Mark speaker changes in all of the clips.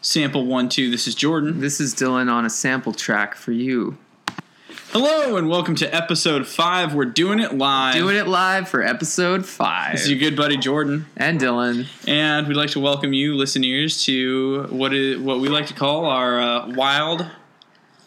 Speaker 1: Sample one, two. This is Jordan.
Speaker 2: This is Dylan on a sample track for you.
Speaker 1: Hello, and welcome to episode five. We're doing it live.
Speaker 2: Doing it live for episode five.
Speaker 1: This is your good buddy Jordan,
Speaker 2: And Dylan.
Speaker 1: and we'd like to welcome you, listeners, to what is what we like to call our uh, wild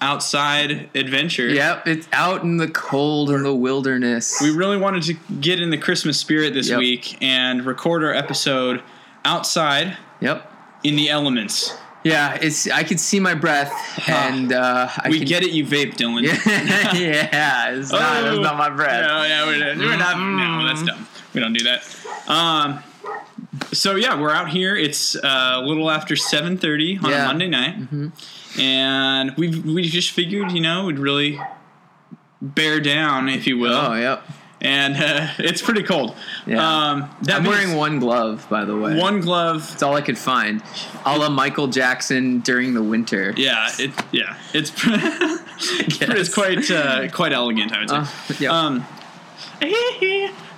Speaker 1: outside adventure.
Speaker 2: Yep, it's out in the cold in the wilderness.
Speaker 1: We really wanted to get in the Christmas spirit this
Speaker 2: Yep.
Speaker 1: week and record our episode outside
Speaker 2: yep.
Speaker 1: in the elements.
Speaker 2: Yeah, it's. I could see my breath, and uh, I
Speaker 1: we
Speaker 2: can,
Speaker 1: get it, you vape, Dylan.
Speaker 2: yeah, it's not,
Speaker 1: Oh.
Speaker 2: it's not my breath.
Speaker 1: No, yeah, we're, not- we're not. No,
Speaker 2: Mm.
Speaker 1: that's dumb. We don't do that. Um, so yeah, we're out here. It's uh, a little after seven thirty on a
Speaker 2: Yeah. Mm-hmm.
Speaker 1: Monday night, and we we just figured, you know, we'd really bear down, if you will.
Speaker 2: Oh, yep.
Speaker 1: And uh, it's pretty cold.
Speaker 2: Yeah.
Speaker 1: Um, that
Speaker 2: I'm
Speaker 1: being
Speaker 2: wearing one glove, by the way.
Speaker 1: s- one glove.
Speaker 2: It's all I could find. A la Michael Jackson during the winter.
Speaker 1: Yeah, it yeah, it's pre- it's
Speaker 2: Yes.
Speaker 1: quite uh, quite elegant, I would say.
Speaker 2: Uh, yep.
Speaker 1: Um,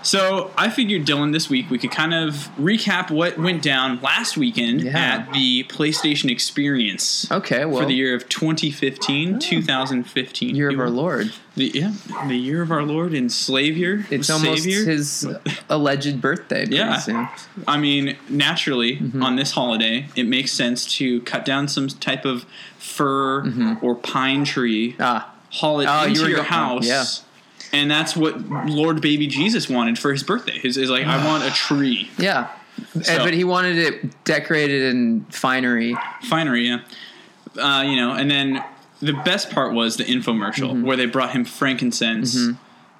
Speaker 1: so I figured, Dylan, this week we could kind of recap what went down last weekend
Speaker 2: Yeah.
Speaker 1: at the PlayStation Experience
Speaker 2: okay, well, Oh.
Speaker 1: for the year of 2015, 2015.
Speaker 2: year of our Lord.
Speaker 1: The, yeah, the year of our Lord and Savior.
Speaker 2: It's almost
Speaker 1: Savior.
Speaker 2: his alleged birthday. Pretty
Speaker 1: Yeah.
Speaker 2: Soon.
Speaker 1: I mean, naturally,
Speaker 2: Mm-hmm.
Speaker 1: on this holiday, it makes sense to cut down some type of fir
Speaker 2: Mm-hmm.
Speaker 1: or pine tree
Speaker 2: Ah.
Speaker 1: haul it
Speaker 2: Oh,
Speaker 1: into
Speaker 2: you were
Speaker 1: your
Speaker 2: go-
Speaker 1: house.
Speaker 2: yeah.
Speaker 1: And that's what Lord Baby Jesus wanted for his birthday. His is like, I want a tree
Speaker 2: Yeah. Eh,
Speaker 1: So-
Speaker 2: But he wanted it decorated in finery.
Speaker 1: finery, yeah. Uh, you know, and then the best part was the infomercial
Speaker 2: Mm-hmm.
Speaker 1: where they brought him frankincense,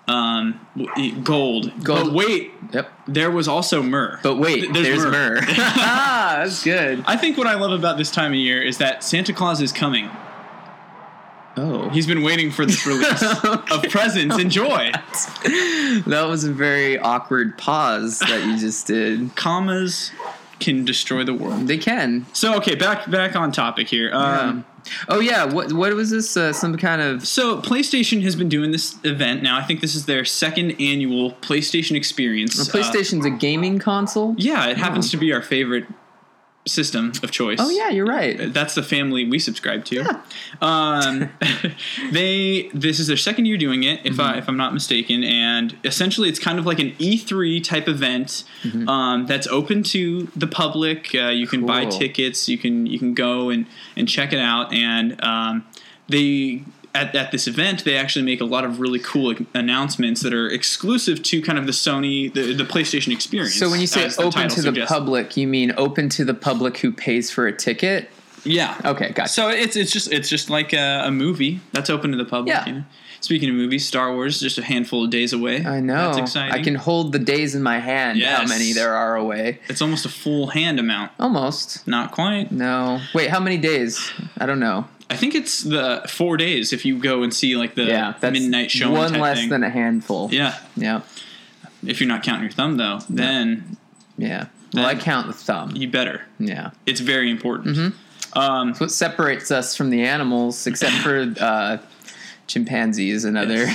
Speaker 1: um, w- gold.
Speaker 2: Gold.
Speaker 1: But wait,
Speaker 2: Yep.
Speaker 1: there was also myrrh.
Speaker 2: But
Speaker 1: Th-
Speaker 2: wait, there's, myrrh. ah, that's good.
Speaker 1: I think what I love about this time of year is that Santa Claus is coming.
Speaker 2: Oh.
Speaker 1: He's been waiting for this release of presents and joy.
Speaker 2: that was a very awkward pause that you just did.
Speaker 1: Commas can destroy the world.
Speaker 2: They can.
Speaker 1: So okay, back back on topic here. Um,
Speaker 2: Um, oh yeah, what what was this? Uh, some kind of
Speaker 1: So PlayStation has been doing this event now. I think this is their second annual PlayStation Experience.
Speaker 2: well,
Speaker 1: Uh,
Speaker 2: PlayStation's a gaming console.
Speaker 1: yeah, it happens to be our favorite system of choice.
Speaker 2: Oh yeah, you're right.
Speaker 1: Uh, That's the family we subscribe to. Um, they this is their second year doing it, if
Speaker 2: Mm-hmm.
Speaker 1: I if I'm not mistaken, and essentially it's kind of like an E3 type event
Speaker 2: Mm-hmm.
Speaker 1: um, that's open to the public. Uh, you can buy
Speaker 2: Cool.
Speaker 1: tickets, you can you can go and and check it out, and um, they. At, at this event, they actually make a lot of really cool announcements that are exclusive to kind of the Sony, the, the PlayStation experience.
Speaker 2: So when you say
Speaker 1: as the
Speaker 2: open
Speaker 1: title
Speaker 2: to the
Speaker 1: suggests.
Speaker 2: public, you mean open to the public who pays for a ticket?
Speaker 1: yeah,
Speaker 2: Okay, gotcha.
Speaker 1: So it's it's just it's just like a, a movie that's open to the public.
Speaker 2: Yeah.
Speaker 1: You know? Speaking of movies, Star Wars just a handful of days away.
Speaker 2: I know.
Speaker 1: That's exciting.
Speaker 2: I can hold the days in my hand. How
Speaker 1: Yes.
Speaker 2: many there are away?
Speaker 1: It's almost a full hand amount.
Speaker 2: Almost.
Speaker 1: Not quite.
Speaker 2: No. Wait, how many days? I don't know.
Speaker 1: I think it's the four days if you go and see like the
Speaker 2: Yeah, that's
Speaker 1: Uh, midnight show.
Speaker 2: One
Speaker 1: type
Speaker 2: less
Speaker 1: thing.
Speaker 2: than a handful.
Speaker 1: Yeah.
Speaker 2: Yeah.
Speaker 1: If you're not counting your thumb though, then
Speaker 2: Yeah. Well, I
Speaker 1: Then-
Speaker 2: count the thumb.
Speaker 1: you better.
Speaker 2: Yeah.
Speaker 1: It's very important. Um,
Speaker 2: It's what separates us from the animals, except for uh, chimpanzees and other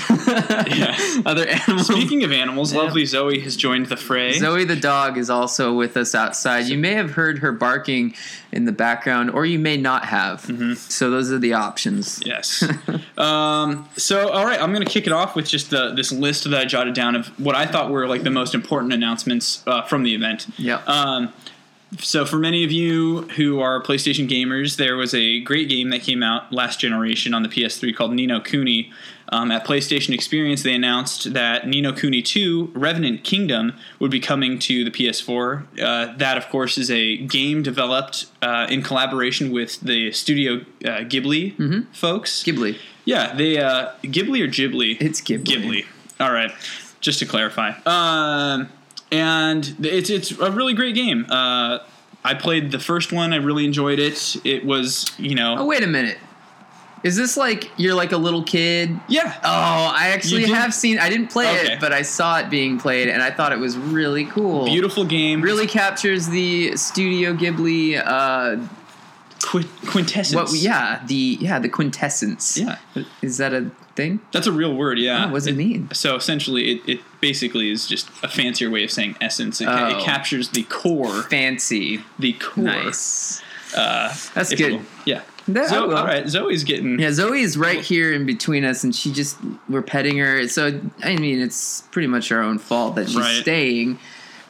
Speaker 1: Yes.
Speaker 2: other animals.
Speaker 1: Speaking of animals, lovely Zoe has joined the fray.
Speaker 2: Zoe the dog is also with us outside. You may have heard her barking in the background, or you may not have.
Speaker 1: Mm-hmm.
Speaker 2: So those are the options.
Speaker 1: Yes. um, so, all right, I'm going to kick it off with just the, this list that I jotted down of what I thought were like the most important announcements uh, from the event.
Speaker 2: Yep.
Speaker 1: Um, so, for many of you who are PlayStation gamers, there was a great game that came out last generation on the PS3 called Nino Cooney. Um, at PlayStation Experience, they announced that Nino Cooney 2 Revenant Kingdom would be coming to the PS4. Uh, that, of course, is a game developed uh, in collaboration with the studio uh, Ghibli folks.
Speaker 2: Ghibli.
Speaker 1: Yeah, they uh, Ghibli or Ghibli?
Speaker 2: It's Ghibli.
Speaker 1: Ghibli. All right, just to clarify. Um, and th- it's it's a really great game. Uh, I played the first one. I really enjoyed it. It was you know
Speaker 2: Oh wait a minute. Is this like you're like a little kid?
Speaker 1: yeah.
Speaker 2: Oh, I actually
Speaker 1: You did-
Speaker 2: have seen. I didn't play
Speaker 1: Okay.
Speaker 2: it, but I saw it being played, and I thought it was really cool.
Speaker 1: Beautiful game,
Speaker 2: Really captures the Studio Ghibli. Uh,
Speaker 1: Qui- quintessence.
Speaker 2: what? Yeah, the yeah the quintessence.
Speaker 1: yeah, Ah,
Speaker 2: Is that a thing?
Speaker 1: that's a real word. Yeah,
Speaker 2: Oh, what does it mean?
Speaker 1: So essentially, it, it basically is just a fancier way of saying essence. It, ca- it
Speaker 2: Oh.
Speaker 1: captures the core,
Speaker 2: Fancy.
Speaker 1: the core
Speaker 2: Nice.
Speaker 1: Uh,
Speaker 2: That's
Speaker 1: if you
Speaker 2: good.
Speaker 1: will. Yeah.
Speaker 2: That- I
Speaker 1: Zo-
Speaker 2: will.
Speaker 1: all right, Zoe's getting.
Speaker 2: Yeah, Zoe's right here in between us, and she just we're petting her. So I mean, it's pretty much our own fault that she's
Speaker 1: Right.
Speaker 2: staying.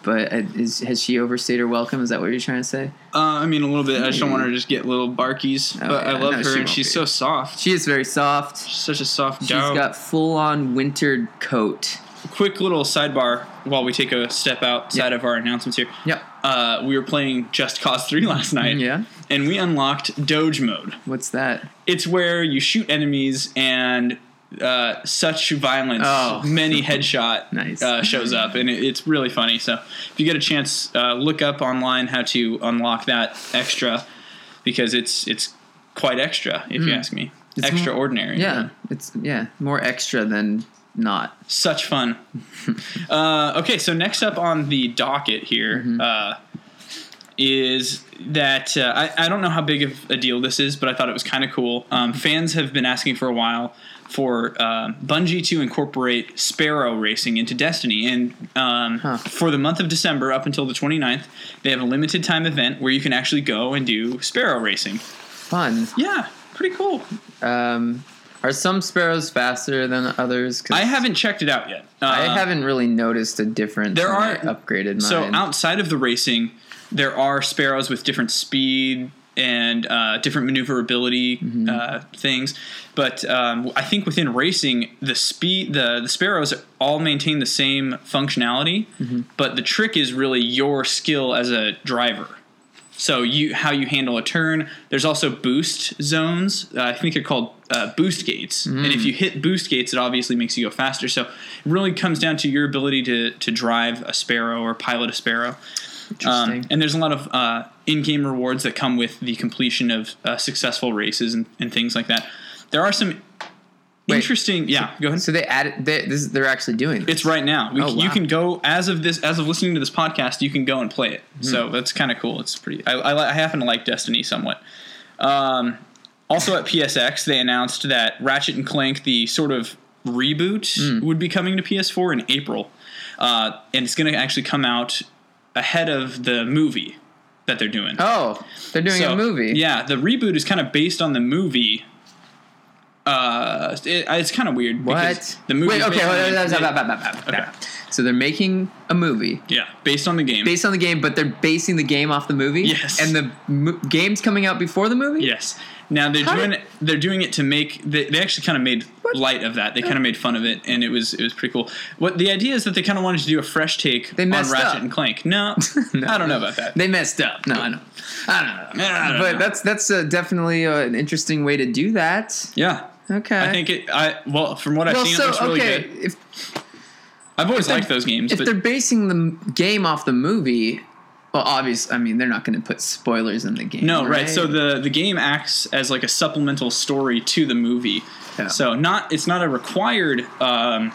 Speaker 2: But uh, is, has she overstayed her welcome? Is that what you're trying to say?
Speaker 1: Uh, I mean, a little bit. I just don't want her to just get little barkies.
Speaker 2: Oh,
Speaker 1: but I
Speaker 2: yeah,
Speaker 1: love
Speaker 2: no, she
Speaker 1: her, and
Speaker 2: won't
Speaker 1: she's
Speaker 2: be.
Speaker 1: so soft.
Speaker 2: She is very soft.
Speaker 1: She's such a soft
Speaker 2: She's
Speaker 1: gal.
Speaker 2: got full-on wintered coat.
Speaker 1: Quick little sidebar while we take a step outside of our announcements here.
Speaker 2: Yep.
Speaker 1: Uh, we were playing Just Cause 3 last night.
Speaker 2: Yeah.
Speaker 1: And we unlocked Doge mode.
Speaker 2: What's that?
Speaker 1: It's where you shoot enemies and uh, such violence,
Speaker 2: Oh.
Speaker 1: many headshot
Speaker 2: Nice.
Speaker 1: uh, shows up, and it, it's really funny. So if you get a chance, uh, look up online how to unlock that extra because it's it's quite extra if you ask me.
Speaker 2: Hmm. It's more-
Speaker 1: Extraordinary.
Speaker 2: Yeah, it's yeah more extra than not.
Speaker 1: Such fun. uh, okay, so next up on the docket here uh, is that uh, I, I don't know how big of a deal this is, but I thought it was kind of cool. Um, fans have been asking for a while for uh, Bungie to incorporate Sparrow Racing into Destiny. And um, for the month of December up until the 29th, they have a limited time event where you can actually go and do Sparrow Racing.
Speaker 2: Fun.
Speaker 1: Yeah, pretty cool.
Speaker 2: Um, are some sparrows faster than others? 'Cause
Speaker 1: I haven't checked it out yet. Uh,
Speaker 2: I haven't really noticed a difference.
Speaker 1: there
Speaker 2: when I
Speaker 1: are-
Speaker 2: upgraded mine.
Speaker 1: So uh, outside of the racing, there are sparrows with different speed and uh, different maneuverability uh, things. But um, I think within racing, the speed, the the sparrows all maintain the same functionality. But the trick is really your skill as a driver. So you how you handle a turn. There's also boost zones. Uh, I think they're called uh, boost gates. And
Speaker 2: Hmm.
Speaker 1: if you hit boost gates, it obviously makes you go faster. So it really comes down to your ability to to drive a sparrow or pilot a sparrow. Um,
Speaker 2: Interesting.
Speaker 1: and there's a lot of uh, in-game rewards that come with the completion of uh, successful races and, and things like that. There are some
Speaker 2: Wait.
Speaker 1: interesting. Yeah, go ahead.
Speaker 2: So they added. They, this, they're actually doing. This.
Speaker 1: It's right now. We,
Speaker 2: Oh,
Speaker 1: You
Speaker 2: wow.
Speaker 1: can go as of this, as of listening to this podcast, you can go and play it.
Speaker 2: Hmm.
Speaker 1: So that's kind of cool. It's pretty. I, I, li- I happen to like Destiny somewhat. Um, also at PSX, they announced that Ratchet and Clank, the sort of reboot,
Speaker 2: Hmm.
Speaker 1: would be coming to PS4 in April, uh, and it's going to actually come out ahead of the movie that they're doing.
Speaker 2: Oh, they're doing
Speaker 1: So,
Speaker 2: a movie.
Speaker 1: Yeah, the reboot is kind of based on the movie. Uh, it, it's kind of weird. because
Speaker 2: What?
Speaker 1: The movie.
Speaker 2: Wait. Okay.
Speaker 1: based on
Speaker 2: wait,
Speaker 1: the-
Speaker 2: wait, wait, wait, wait, wait, wait, wait.
Speaker 1: Okay.
Speaker 2: So they're making a movie
Speaker 1: Yeah, based on the game.
Speaker 2: based on the game, but they're basing the game off the movie.
Speaker 1: Yes.
Speaker 2: And the mo- game's coming out before the movie.
Speaker 1: yes. Now they're
Speaker 2: How
Speaker 1: doing
Speaker 2: did-
Speaker 1: it, they're doing it to make they, they actually kind of made
Speaker 2: What? Oh.
Speaker 1: light of that. They kind of made fun of it, and it was it was pretty cool. What the idea is that they kind of wanted to do a fresh take
Speaker 2: They
Speaker 1: on
Speaker 2: messed
Speaker 1: Ratchet
Speaker 2: up.
Speaker 1: and Clank. No, I don't know about that.
Speaker 2: They messed up. No, I know. I don't know.
Speaker 1: Yeah, I don't
Speaker 2: but
Speaker 1: know.
Speaker 2: that's that's uh, definitely uh, an interesting way to do that.
Speaker 1: yeah,
Speaker 2: Okay.
Speaker 1: I think it. I well, from what I've
Speaker 2: well,
Speaker 1: seen,
Speaker 2: so
Speaker 1: it looks really
Speaker 2: okay,
Speaker 1: good.
Speaker 2: if
Speaker 1: I've always
Speaker 2: they're-
Speaker 1: liked those games,
Speaker 2: If
Speaker 1: but
Speaker 2: they're basing the m- game off the movie, well, obvious. I mean, they're not going to put spoilers in the game.
Speaker 1: No, right. So the the game acts as like a supplemental story to the movie.
Speaker 2: Yeah.
Speaker 1: So not it's not a required um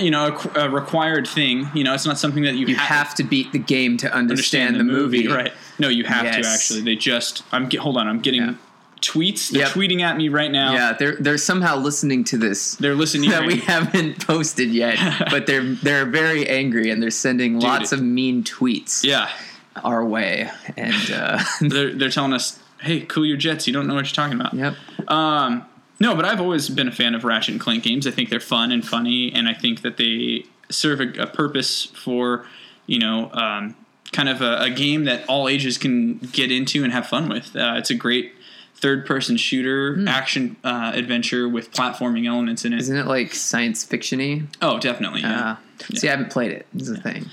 Speaker 1: you know a, qu- a required thing. You know, it's not something that you,
Speaker 2: you
Speaker 1: ha-
Speaker 2: have to beat the game to understand, the, movie.
Speaker 1: right? No, you have to
Speaker 2: Yes.
Speaker 1: actually. They just I'm get, hold on. I'm getting
Speaker 2: Yeah.
Speaker 1: tweets. They're
Speaker 2: Yep.
Speaker 1: tweeting at me right now.
Speaker 2: Yeah, they're they're somehow listening to this
Speaker 1: They're listening.
Speaker 2: that we haven't posted yet, but they're they're very angry and they're sending lots of mean tweets
Speaker 1: yeah.
Speaker 2: our way. And uh,
Speaker 1: They're they're telling us, hey, cool your jets. You don't know what you're talking about.
Speaker 2: yep,
Speaker 1: Um, no, but I've always been a fan of Ratchet and Clank games. I think they're fun and funny, and I think that they serve a, a purpose for, you know, um, kind of a, a game that all ages can get into and have fun with. Uh, it's a great third-person shooter action uh, adventure with platforming elements in it.
Speaker 2: isn't Hmm. it like science fictiony?
Speaker 1: Oh, definitely. Yeah.
Speaker 2: Uh, See, I haven't played it. Is the thing.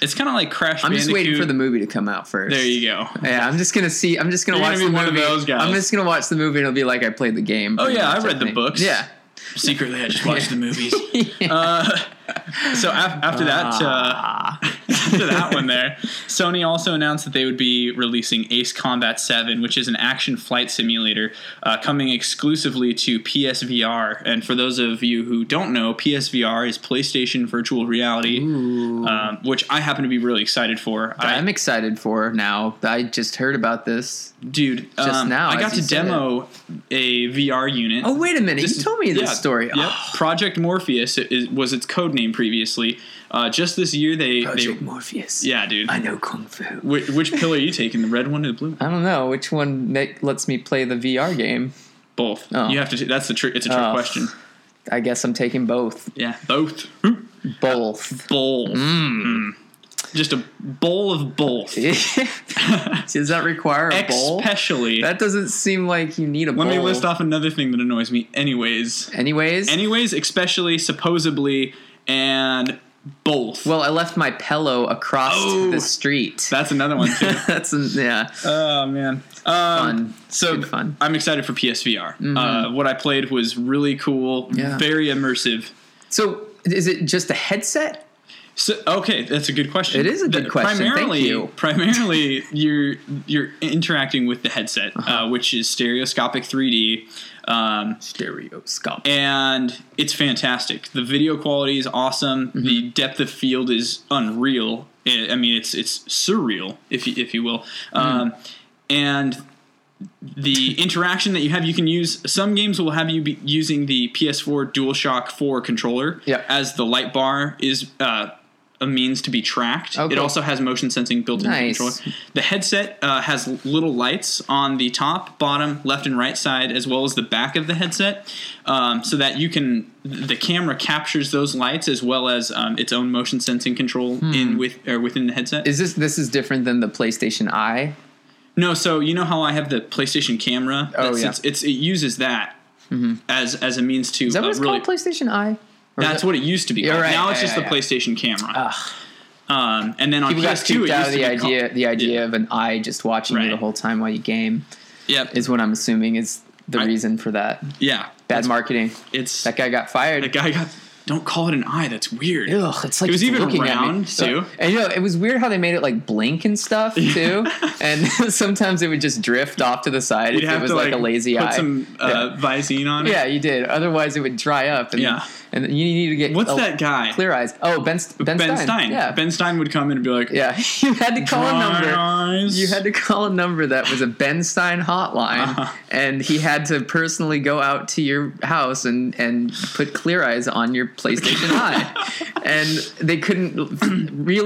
Speaker 1: it's kind of like Crash.
Speaker 2: I'm just waiting for
Speaker 1: Bandicoot.
Speaker 2: the movie to come out first.
Speaker 1: There you go.
Speaker 2: Yeah, I'm just gonna see. I'm just gonna
Speaker 1: You're
Speaker 2: watch
Speaker 1: gonna be
Speaker 2: the
Speaker 1: one of
Speaker 2: movie.
Speaker 1: those guys.
Speaker 2: I'm just gonna watch the movie and it'll be like I played the game.
Speaker 1: Oh,
Speaker 2: pretty
Speaker 1: yeah,
Speaker 2: much,
Speaker 1: I read the
Speaker 2: think.
Speaker 1: books.
Speaker 2: Yeah,
Speaker 1: Secretly, I just watched the movies. Uh, so af- after that,
Speaker 2: Ah.
Speaker 1: uh, after that one there, Sony also announced that they would be releasing Ace Combat 7, which is an action flight simulator uh, coming exclusively to PSVR. And for those of you who don't know, PSVR is PlayStation Virtual Reality, um, which I happen to be really excited for. I,
Speaker 2: I'm excited for now. I just heard about this.
Speaker 1: dude,
Speaker 2: just
Speaker 1: um,
Speaker 2: now,
Speaker 1: I
Speaker 2: as
Speaker 1: got
Speaker 2: you
Speaker 1: to
Speaker 2: said
Speaker 1: demo a VR unit.
Speaker 2: Oh wait a minute,
Speaker 1: This
Speaker 2: you
Speaker 1: is-
Speaker 2: told me this
Speaker 1: yeah,
Speaker 2: story.
Speaker 1: Yep.
Speaker 2: Oh,
Speaker 1: Project Morpheus i- is, was its code name previously. Uh, just this year, they
Speaker 2: Project Morpheus.
Speaker 1: Yeah, dude.
Speaker 2: I know kung fu.
Speaker 1: Which, which pill are you taking? The red one or the blue? one?
Speaker 2: I don't know which one ma- lets me play the VR game.
Speaker 1: Both.
Speaker 2: Oh.
Speaker 1: You have to. T- that's the trick. It's a trick
Speaker 2: Oh.
Speaker 1: question.
Speaker 2: I guess I'm taking both.
Speaker 1: Yeah, both.
Speaker 2: Both.
Speaker 1: Bowl.
Speaker 2: Hmm.
Speaker 1: Mm. Just a bowl of both.
Speaker 2: Does that require a bowl?
Speaker 1: Especially.
Speaker 2: That doesn't seem like you need a bowl.
Speaker 1: let me list off another thing that annoys me. Anyways.
Speaker 2: Anyways,
Speaker 1: Anyways, especially, supposedly, and both.
Speaker 2: well, I left my pillow across
Speaker 1: Oh.
Speaker 2: the street.
Speaker 1: that's another one too.
Speaker 2: That's an- yeah,
Speaker 1: oh man.
Speaker 2: fun.
Speaker 1: So
Speaker 2: Good fun. Mm-hmm.
Speaker 1: I'm excited for PSVR. Uh, what I played was really cool,
Speaker 2: Yeah.
Speaker 1: very immersive.
Speaker 2: So is it just a headset?
Speaker 1: So, okay, that's a good question.
Speaker 2: It is a good
Speaker 1: The-
Speaker 2: question. Thank
Speaker 1: Primarily,
Speaker 2: you.
Speaker 1: primarily you're you're interacting with the headset,
Speaker 2: Uh-huh.
Speaker 1: uh, which is stereoscopic 3D, um,
Speaker 2: Stereoscope.
Speaker 1: and it's fantastic. The video quality is awesome.
Speaker 2: Mm-hmm.
Speaker 1: The depth of field is unreal. I I mean, it's it's surreal, if you, if you will,
Speaker 2: Mm.
Speaker 1: um, and the interaction that you have, you can use. Some games will have you be using the PS4 DualShock 4 controller
Speaker 2: Yep.
Speaker 1: as the light bar is uh, a means to be tracked.
Speaker 2: Oh,
Speaker 1: It
Speaker 2: cool.
Speaker 1: also has motion sensing built into
Speaker 2: Nice.
Speaker 1: the controller. The headset uh, has little lights on the top, bottom, left, and right side, as well as the back of the headset, um, so that you can. The camera captures those lights as well as um, its own motion sensing control in with or within the headset.
Speaker 2: Hmm. Is this this is different than the PlayStation Eye?
Speaker 1: No, so you know how I have the PlayStation camera.
Speaker 2: Oh,
Speaker 1: That's-
Speaker 2: yeah. Mm-hmm.
Speaker 1: it's, it's it uses that as as a means to
Speaker 2: Is that
Speaker 1: uh,
Speaker 2: what it's
Speaker 1: really.
Speaker 2: called? PlayStation Eye. Or is
Speaker 1: that's
Speaker 2: it-
Speaker 1: what it used to be.
Speaker 2: Yeah,
Speaker 1: called.
Speaker 2: right,
Speaker 1: Now
Speaker 2: yeah,
Speaker 1: it's just
Speaker 2: yeah,
Speaker 1: the
Speaker 2: yeah.
Speaker 1: PlayStation camera. Um, and then on
Speaker 2: people got
Speaker 1: PS2, it
Speaker 2: scooped
Speaker 1: used
Speaker 2: out
Speaker 1: to
Speaker 2: of the
Speaker 1: be
Speaker 2: idea
Speaker 1: Called,
Speaker 2: the idea of an eye just watching you
Speaker 1: Right.
Speaker 2: the whole time while you game
Speaker 1: yep.
Speaker 2: is what I'm assuming is the
Speaker 1: I-
Speaker 2: reason for that
Speaker 1: yeah.
Speaker 2: bad marketing.
Speaker 1: It's
Speaker 2: That guy got fired.
Speaker 1: that guy got. Don't call it an eye. That's weird.
Speaker 2: Ugh, it's like
Speaker 1: It was
Speaker 2: it's
Speaker 1: even
Speaker 2: looking at me.
Speaker 1: round, too.
Speaker 2: And you know, it was weird how they made it like blink and stuff too. and sometimes it would just drift off to the side
Speaker 1: You'd
Speaker 2: if it
Speaker 1: have
Speaker 2: was
Speaker 1: to
Speaker 2: like,
Speaker 1: like,
Speaker 2: a lazy
Speaker 1: put
Speaker 2: eye.
Speaker 1: some uh, Visine on it.
Speaker 2: yeah, you did. Otherwise, it would dry up. And,
Speaker 1: Yeah.
Speaker 2: and you need to get
Speaker 1: What's
Speaker 2: a-
Speaker 1: that guy?
Speaker 2: Oh, Clear eyes. Oh, Ben Ben,
Speaker 1: Ben
Speaker 2: Stein.
Speaker 1: Stein.
Speaker 2: Yeah.
Speaker 1: Ben Stein would come in and be like,
Speaker 2: yeah. you had to call a number.
Speaker 1: "Dry eyes."
Speaker 2: You had to call a number that was a Ben Stein hotline,
Speaker 1: Uh-huh.
Speaker 2: and he had to personally go out to your house and, and put Clear Eyes on your PlayStation Eye. And they couldn't,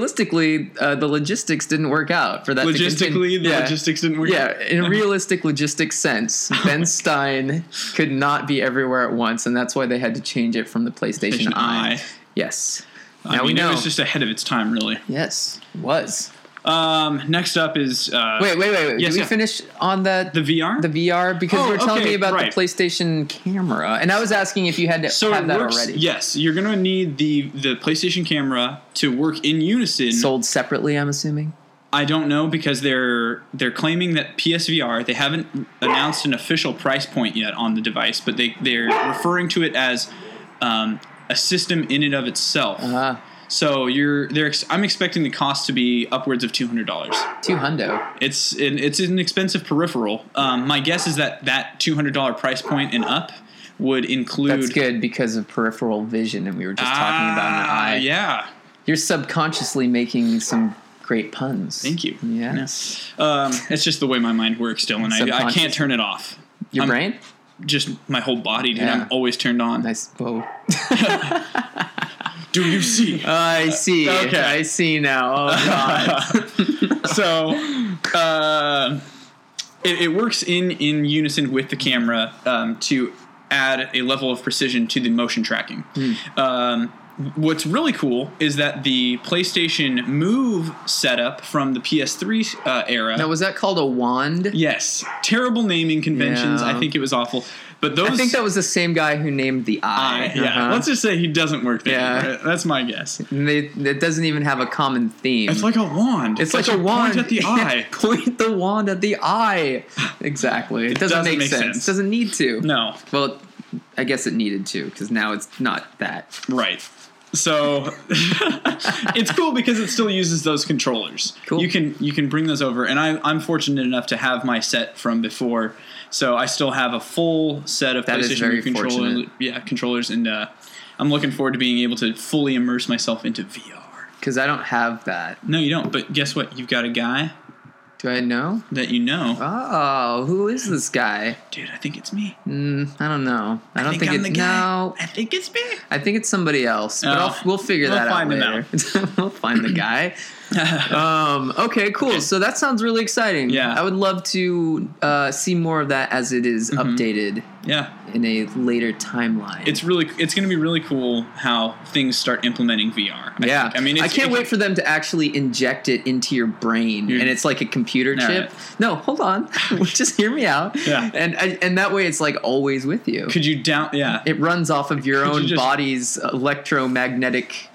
Speaker 2: realistically, uh, the logistics didn't work out for that. to
Speaker 1: logistically,
Speaker 2: continue.
Speaker 1: the
Speaker 2: yeah.
Speaker 1: logistics didn't work.
Speaker 2: Yeah, in a realistic logistics sense, Ben Stein could not be everywhere at once, and that's why they had to change it from the PlayStation
Speaker 1: PlayStation
Speaker 2: Eye.
Speaker 1: Eye.
Speaker 2: Yes. Now
Speaker 1: I
Speaker 2: we
Speaker 1: mean,
Speaker 2: know.
Speaker 1: it was just ahead of its time, really.
Speaker 2: yes, it was.
Speaker 1: Um, next up is uh,
Speaker 2: Wait, wait, wait, wait.
Speaker 1: Yes,
Speaker 2: Did we
Speaker 1: yeah.
Speaker 2: finish on that?
Speaker 1: the VR.
Speaker 2: the VR because
Speaker 1: Oh,
Speaker 2: you were telling
Speaker 1: okay,
Speaker 2: me about
Speaker 1: right.
Speaker 2: the PlayStation camera, and I was asking if you had to
Speaker 1: so
Speaker 2: have
Speaker 1: it
Speaker 2: that
Speaker 1: works.
Speaker 2: already.
Speaker 1: Yes, you're gonna need the the PlayStation camera to work in unison.
Speaker 2: Sold separately, I'm assuming.
Speaker 1: I don't know because they're they're claiming that PSVR. They haven't announced an official price point yet on the device, but they they're referring to it as um, a system in and of itself.
Speaker 2: Uh,
Speaker 1: So you're they're ex- I'm expecting the cost to be upwards of two hundred dollars.
Speaker 2: two hundo.
Speaker 1: It's an, it's an expensive peripheral. Um, my guess is that that two hundred dollar price point and up would include.
Speaker 2: That's good because of peripheral vision, and we were just talking about an
Speaker 1: Ah,
Speaker 2: eye.
Speaker 1: Yeah,
Speaker 2: You're subconsciously making some great puns.
Speaker 1: thank you.
Speaker 2: Yes.
Speaker 1: Um, it's just the way my mind works, Dylan. I, I can't
Speaker 2: Subconscious.
Speaker 1: turn it off.
Speaker 2: Your
Speaker 1: I'm-
Speaker 2: brain?
Speaker 1: Just my whole body, dude.
Speaker 2: Yeah.
Speaker 1: I'm always turned on.
Speaker 2: Nice. Whoa.
Speaker 1: Do you see? Uh,
Speaker 2: I see.
Speaker 1: Okay.
Speaker 2: I see now. Oh god.
Speaker 1: so uh, it, it works in in unison with the camera um, to add a level of precision to the motion tracking.
Speaker 2: Hmm.
Speaker 1: Um, what's really cool is that the PlayStation Move setup from the PS3 uh, era.
Speaker 2: now was that called a wand?
Speaker 1: yes, terrible naming conventions.
Speaker 2: Yeah.
Speaker 1: I think it was awful. But those
Speaker 2: I think that was the same guy who named the eye.
Speaker 1: I- yeah.
Speaker 2: Uh-huh.
Speaker 1: Let's just say he doesn't work there.
Speaker 2: Yeah.
Speaker 1: That's my guess.
Speaker 2: And they, it doesn't even have a common theme.
Speaker 1: It's like a wand.
Speaker 2: It's
Speaker 1: but
Speaker 2: like a
Speaker 1: you
Speaker 2: wand.
Speaker 1: Point at the eye.
Speaker 2: point the wand at the eye. Exactly. It doesn't, make, sense. It doesn't need to.
Speaker 1: No.
Speaker 2: Well, I guess it needed to because now it's not that.
Speaker 1: Right. So it's cool because it still uses those controllers.
Speaker 2: Cool.
Speaker 1: You can you can bring those over, and I, I'm fortunate enough to have my set from before, so I still have a full set of
Speaker 2: That is
Speaker 1: PlayStation
Speaker 2: very
Speaker 1: Move controller,
Speaker 2: fortunate.
Speaker 1: yeah, controllers, and uh, I'm looking forward to being able to fully immerse myself into VR.
Speaker 2: Because I don't have that.
Speaker 1: No, you don't. But guess what? You've got a guy
Speaker 2: Do I know?
Speaker 1: that you know.
Speaker 2: Oh, who is this guy?
Speaker 1: Dude, I think it's me.
Speaker 2: Mm, I don't know. I don't think,
Speaker 1: I'm
Speaker 2: it.
Speaker 1: the guy.
Speaker 2: No,
Speaker 1: I think it's me.
Speaker 2: I think it's somebody else. But I'll,
Speaker 1: Oh.
Speaker 2: we'll figure
Speaker 1: We'll
Speaker 2: that
Speaker 1: find him
Speaker 2: out later. we'll find the guy. um, okay, cool. So that sounds really exciting.
Speaker 1: Yeah.
Speaker 2: I would love to uh, see more of that as it is updated
Speaker 1: yeah.
Speaker 2: in a later timeline.
Speaker 1: It's really it's going to be really cool how things start implementing VR. I
Speaker 2: yeah,
Speaker 1: think. I mean, it's,
Speaker 2: I can't
Speaker 1: it-
Speaker 2: wait for them to actually inject it into your brain,
Speaker 1: You're-
Speaker 2: and it's like a computer
Speaker 1: All
Speaker 2: chip. No, hold on, just hear me out.
Speaker 1: Yeah.
Speaker 2: and and and that way it's like always with you.
Speaker 1: Could you down? Yeah,
Speaker 2: it runs off of your
Speaker 1: Could you
Speaker 2: own
Speaker 1: just-
Speaker 2: body's electromagnetic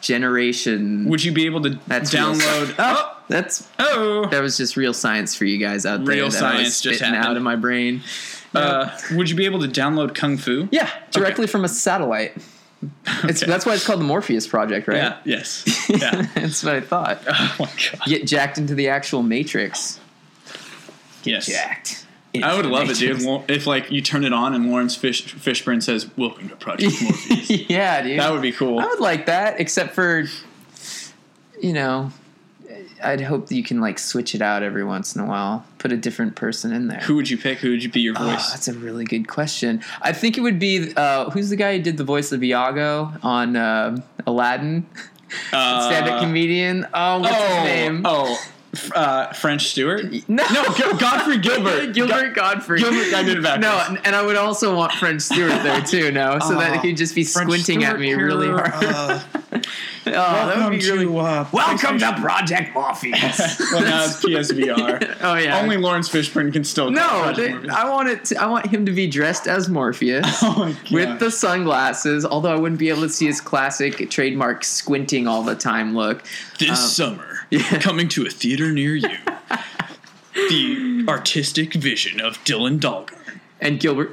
Speaker 2: generation.
Speaker 1: would you be able to
Speaker 2: That's real
Speaker 1: download?
Speaker 2: sci-
Speaker 1: Oh,
Speaker 2: That's
Speaker 1: oh.
Speaker 2: that was just real science for you guys out there.
Speaker 1: Real
Speaker 2: that I
Speaker 1: science
Speaker 2: was
Speaker 1: just
Speaker 2: spitting out
Speaker 1: happened.
Speaker 2: of my brain.
Speaker 1: Uh, would you be able to download Kung Fu?
Speaker 2: Yeah, directly from a satellite. It's,
Speaker 1: Okay.
Speaker 2: That's why it's called the Morpheus Project, right?
Speaker 1: Yeah. Yes. Yeah.
Speaker 2: that's what I thought.
Speaker 1: oh my god.
Speaker 2: Get jacked into the actual Matrix.
Speaker 1: Yes.
Speaker 2: Jacked.
Speaker 1: I would
Speaker 2: into the
Speaker 1: love it, dude.
Speaker 2: Matrix.
Speaker 1: Wa- If like you turn it on and Lawrence Fish- Fishburne says, "Welcome to Project Morpheus,"
Speaker 2: yeah, dude.
Speaker 1: that would be cool.
Speaker 2: I would like that, except for, you know, I'd hope that you can like switch it out every once in a while. Put a different person in there.
Speaker 1: Who would you pick? Who would you be your
Speaker 2: Oh,
Speaker 1: voice?
Speaker 2: that's a really good question. I think it would be uh, who's the guy who did the voice of Iago on uh, Aladdin?
Speaker 1: Uh,
Speaker 2: Stand-up comedian. Oh, what's his name?
Speaker 1: Oh, f- uh, French Stewart?
Speaker 2: No.
Speaker 1: Go- Godfrey Gilbert.
Speaker 2: Gilbert Godfrey.
Speaker 1: Gilbert- I did it backwards.
Speaker 2: No, and- and I would also want French Stewart there too now, so that
Speaker 1: Oh,
Speaker 2: he'd just be squinting at me really hard. Oh, that would be really.
Speaker 1: uh,
Speaker 2: Welcome to Project Morpheus.
Speaker 1: well, now it's PSVR.
Speaker 2: oh yeah.
Speaker 1: Only Lawrence Fishburne can still. call
Speaker 2: no,
Speaker 1: Project
Speaker 2: they-
Speaker 1: Morpheus.
Speaker 2: I want it. To, I want him to be dressed as Morpheus.
Speaker 1: Oh my God.
Speaker 2: with the sunglasses, although I wouldn't be able to see his classic trademark squinting all the time look.
Speaker 1: this summer, coming to a theater near you, the artistic vision of Dylan Dahlgren
Speaker 2: And Gilbert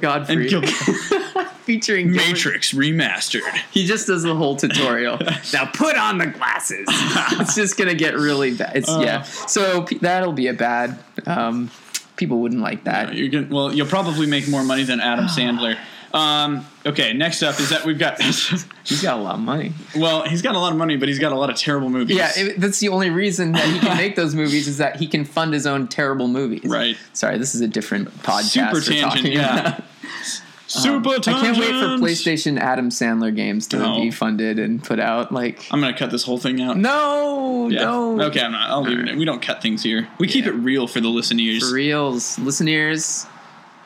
Speaker 1: and
Speaker 2: Godfrey.
Speaker 1: Gilbert
Speaker 2: Featuring Gilbert.
Speaker 1: Matrix remastered.
Speaker 2: He just does the whole tutorial. now put on the glasses. it's just going to get really bad. It's,
Speaker 1: Oh.
Speaker 2: yeah. So p- that'll be a bad. Um, people wouldn't like that.
Speaker 1: You're gonna, well, you'll probably make more money than Adam Sandler. Um, okay, next up is that we've got.
Speaker 2: He's got a lot of money.
Speaker 1: well, he's got a lot of money, but he's got a lot of terrible movies.
Speaker 2: Yeah, it, that's the only reason that he can make those movies is that he can fund his own terrible movies.
Speaker 1: Right.
Speaker 2: Sorry, this is a different podcast.
Speaker 1: Super
Speaker 2: we're
Speaker 1: tangent,
Speaker 2: talking
Speaker 1: yeah.
Speaker 2: about. Um,
Speaker 1: Super
Speaker 2: I can't wait for
Speaker 1: Tangents!
Speaker 2: PlayStation Adam Sandler games to
Speaker 1: No.
Speaker 2: be funded and put out. Like,
Speaker 1: I'm gonna cut this whole thing out.
Speaker 2: no,
Speaker 1: Yeah.
Speaker 2: no.
Speaker 1: Okay, I'm not. I'll leave it. in. We don't cut things here. We keep
Speaker 2: Yeah.
Speaker 1: it real for the listeners.
Speaker 2: For reals, listeners,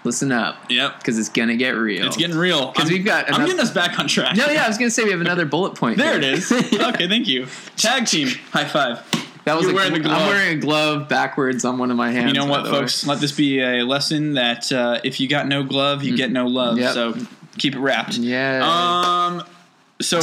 Speaker 2: listen up
Speaker 1: Yep.
Speaker 2: because it's gonna get real.
Speaker 1: It's getting real.
Speaker 2: 'Cause
Speaker 1: I'm-
Speaker 2: we've got
Speaker 1: I'm
Speaker 2: enough-
Speaker 1: getting us back on track.
Speaker 2: No, yeah, I was gonna say we have another bullet point.
Speaker 1: There it
Speaker 2: here.
Speaker 1: is. Okay, thank you. Tag team. High five.
Speaker 2: that was
Speaker 1: You're
Speaker 2: a
Speaker 1: wearing the
Speaker 2: glo-
Speaker 1: glove.
Speaker 2: I'm wearing a glove backwards on one of my
Speaker 1: You
Speaker 2: hands.
Speaker 1: know
Speaker 2: by
Speaker 1: what,
Speaker 2: the way.
Speaker 1: folks? Let this be a lesson that uh, if you got no glove, you get no love.
Speaker 2: Mm. Yep.
Speaker 1: So keep it wrapped.
Speaker 2: Yeah.
Speaker 1: Um, so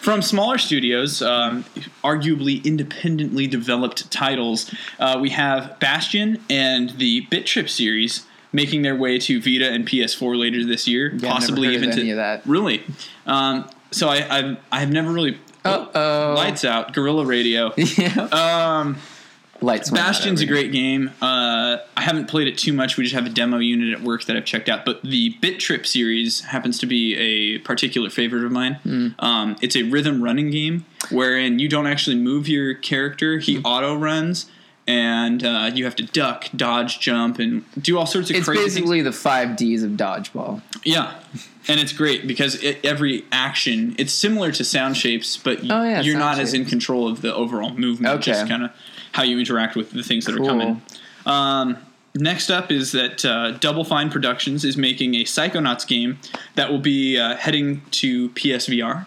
Speaker 1: from smaller studios, um, arguably independently developed titles, uh, we have Bastion and the Bit Trip series making their way to Vita and PS4 later this year,
Speaker 2: never
Speaker 1: possibly
Speaker 2: heard of
Speaker 1: even to
Speaker 2: any of that.
Speaker 1: really. Um, so I I've, I've never really
Speaker 2: Uh-oh.
Speaker 1: lights out Gorilla Radio.
Speaker 2: yeah. Um. Lights. went out
Speaker 1: Bastion's a
Speaker 2: over here.
Speaker 1: great game. Uh, I haven't played it too much. We just have a demo unit at work that I've checked out. But the Bit Trip series happens to be a particular favorite of mine.
Speaker 2: Hmm.
Speaker 1: Um, it's a rhythm running game wherein you don't actually move your character; he
Speaker 2: Hmm.
Speaker 1: auto runs, and uh, you have to duck, dodge, jump, and do all sorts of
Speaker 2: It's
Speaker 1: crazy. things.
Speaker 2: basically the five Ds of dodgeball.
Speaker 1: Yeah, and it's great because it, every action it's similar to sound shapes, but you,
Speaker 2: Oh, yeah,
Speaker 1: you're
Speaker 2: Sound
Speaker 1: not as
Speaker 2: Shapes.
Speaker 1: in control of the overall movement.
Speaker 2: Okay.
Speaker 1: Just kind of how you interact with the things that
Speaker 2: Cool.
Speaker 1: are coming. Um, next up is that uh, Double Fine Productions is making a Psychonauts game that will be uh, heading to PSVR.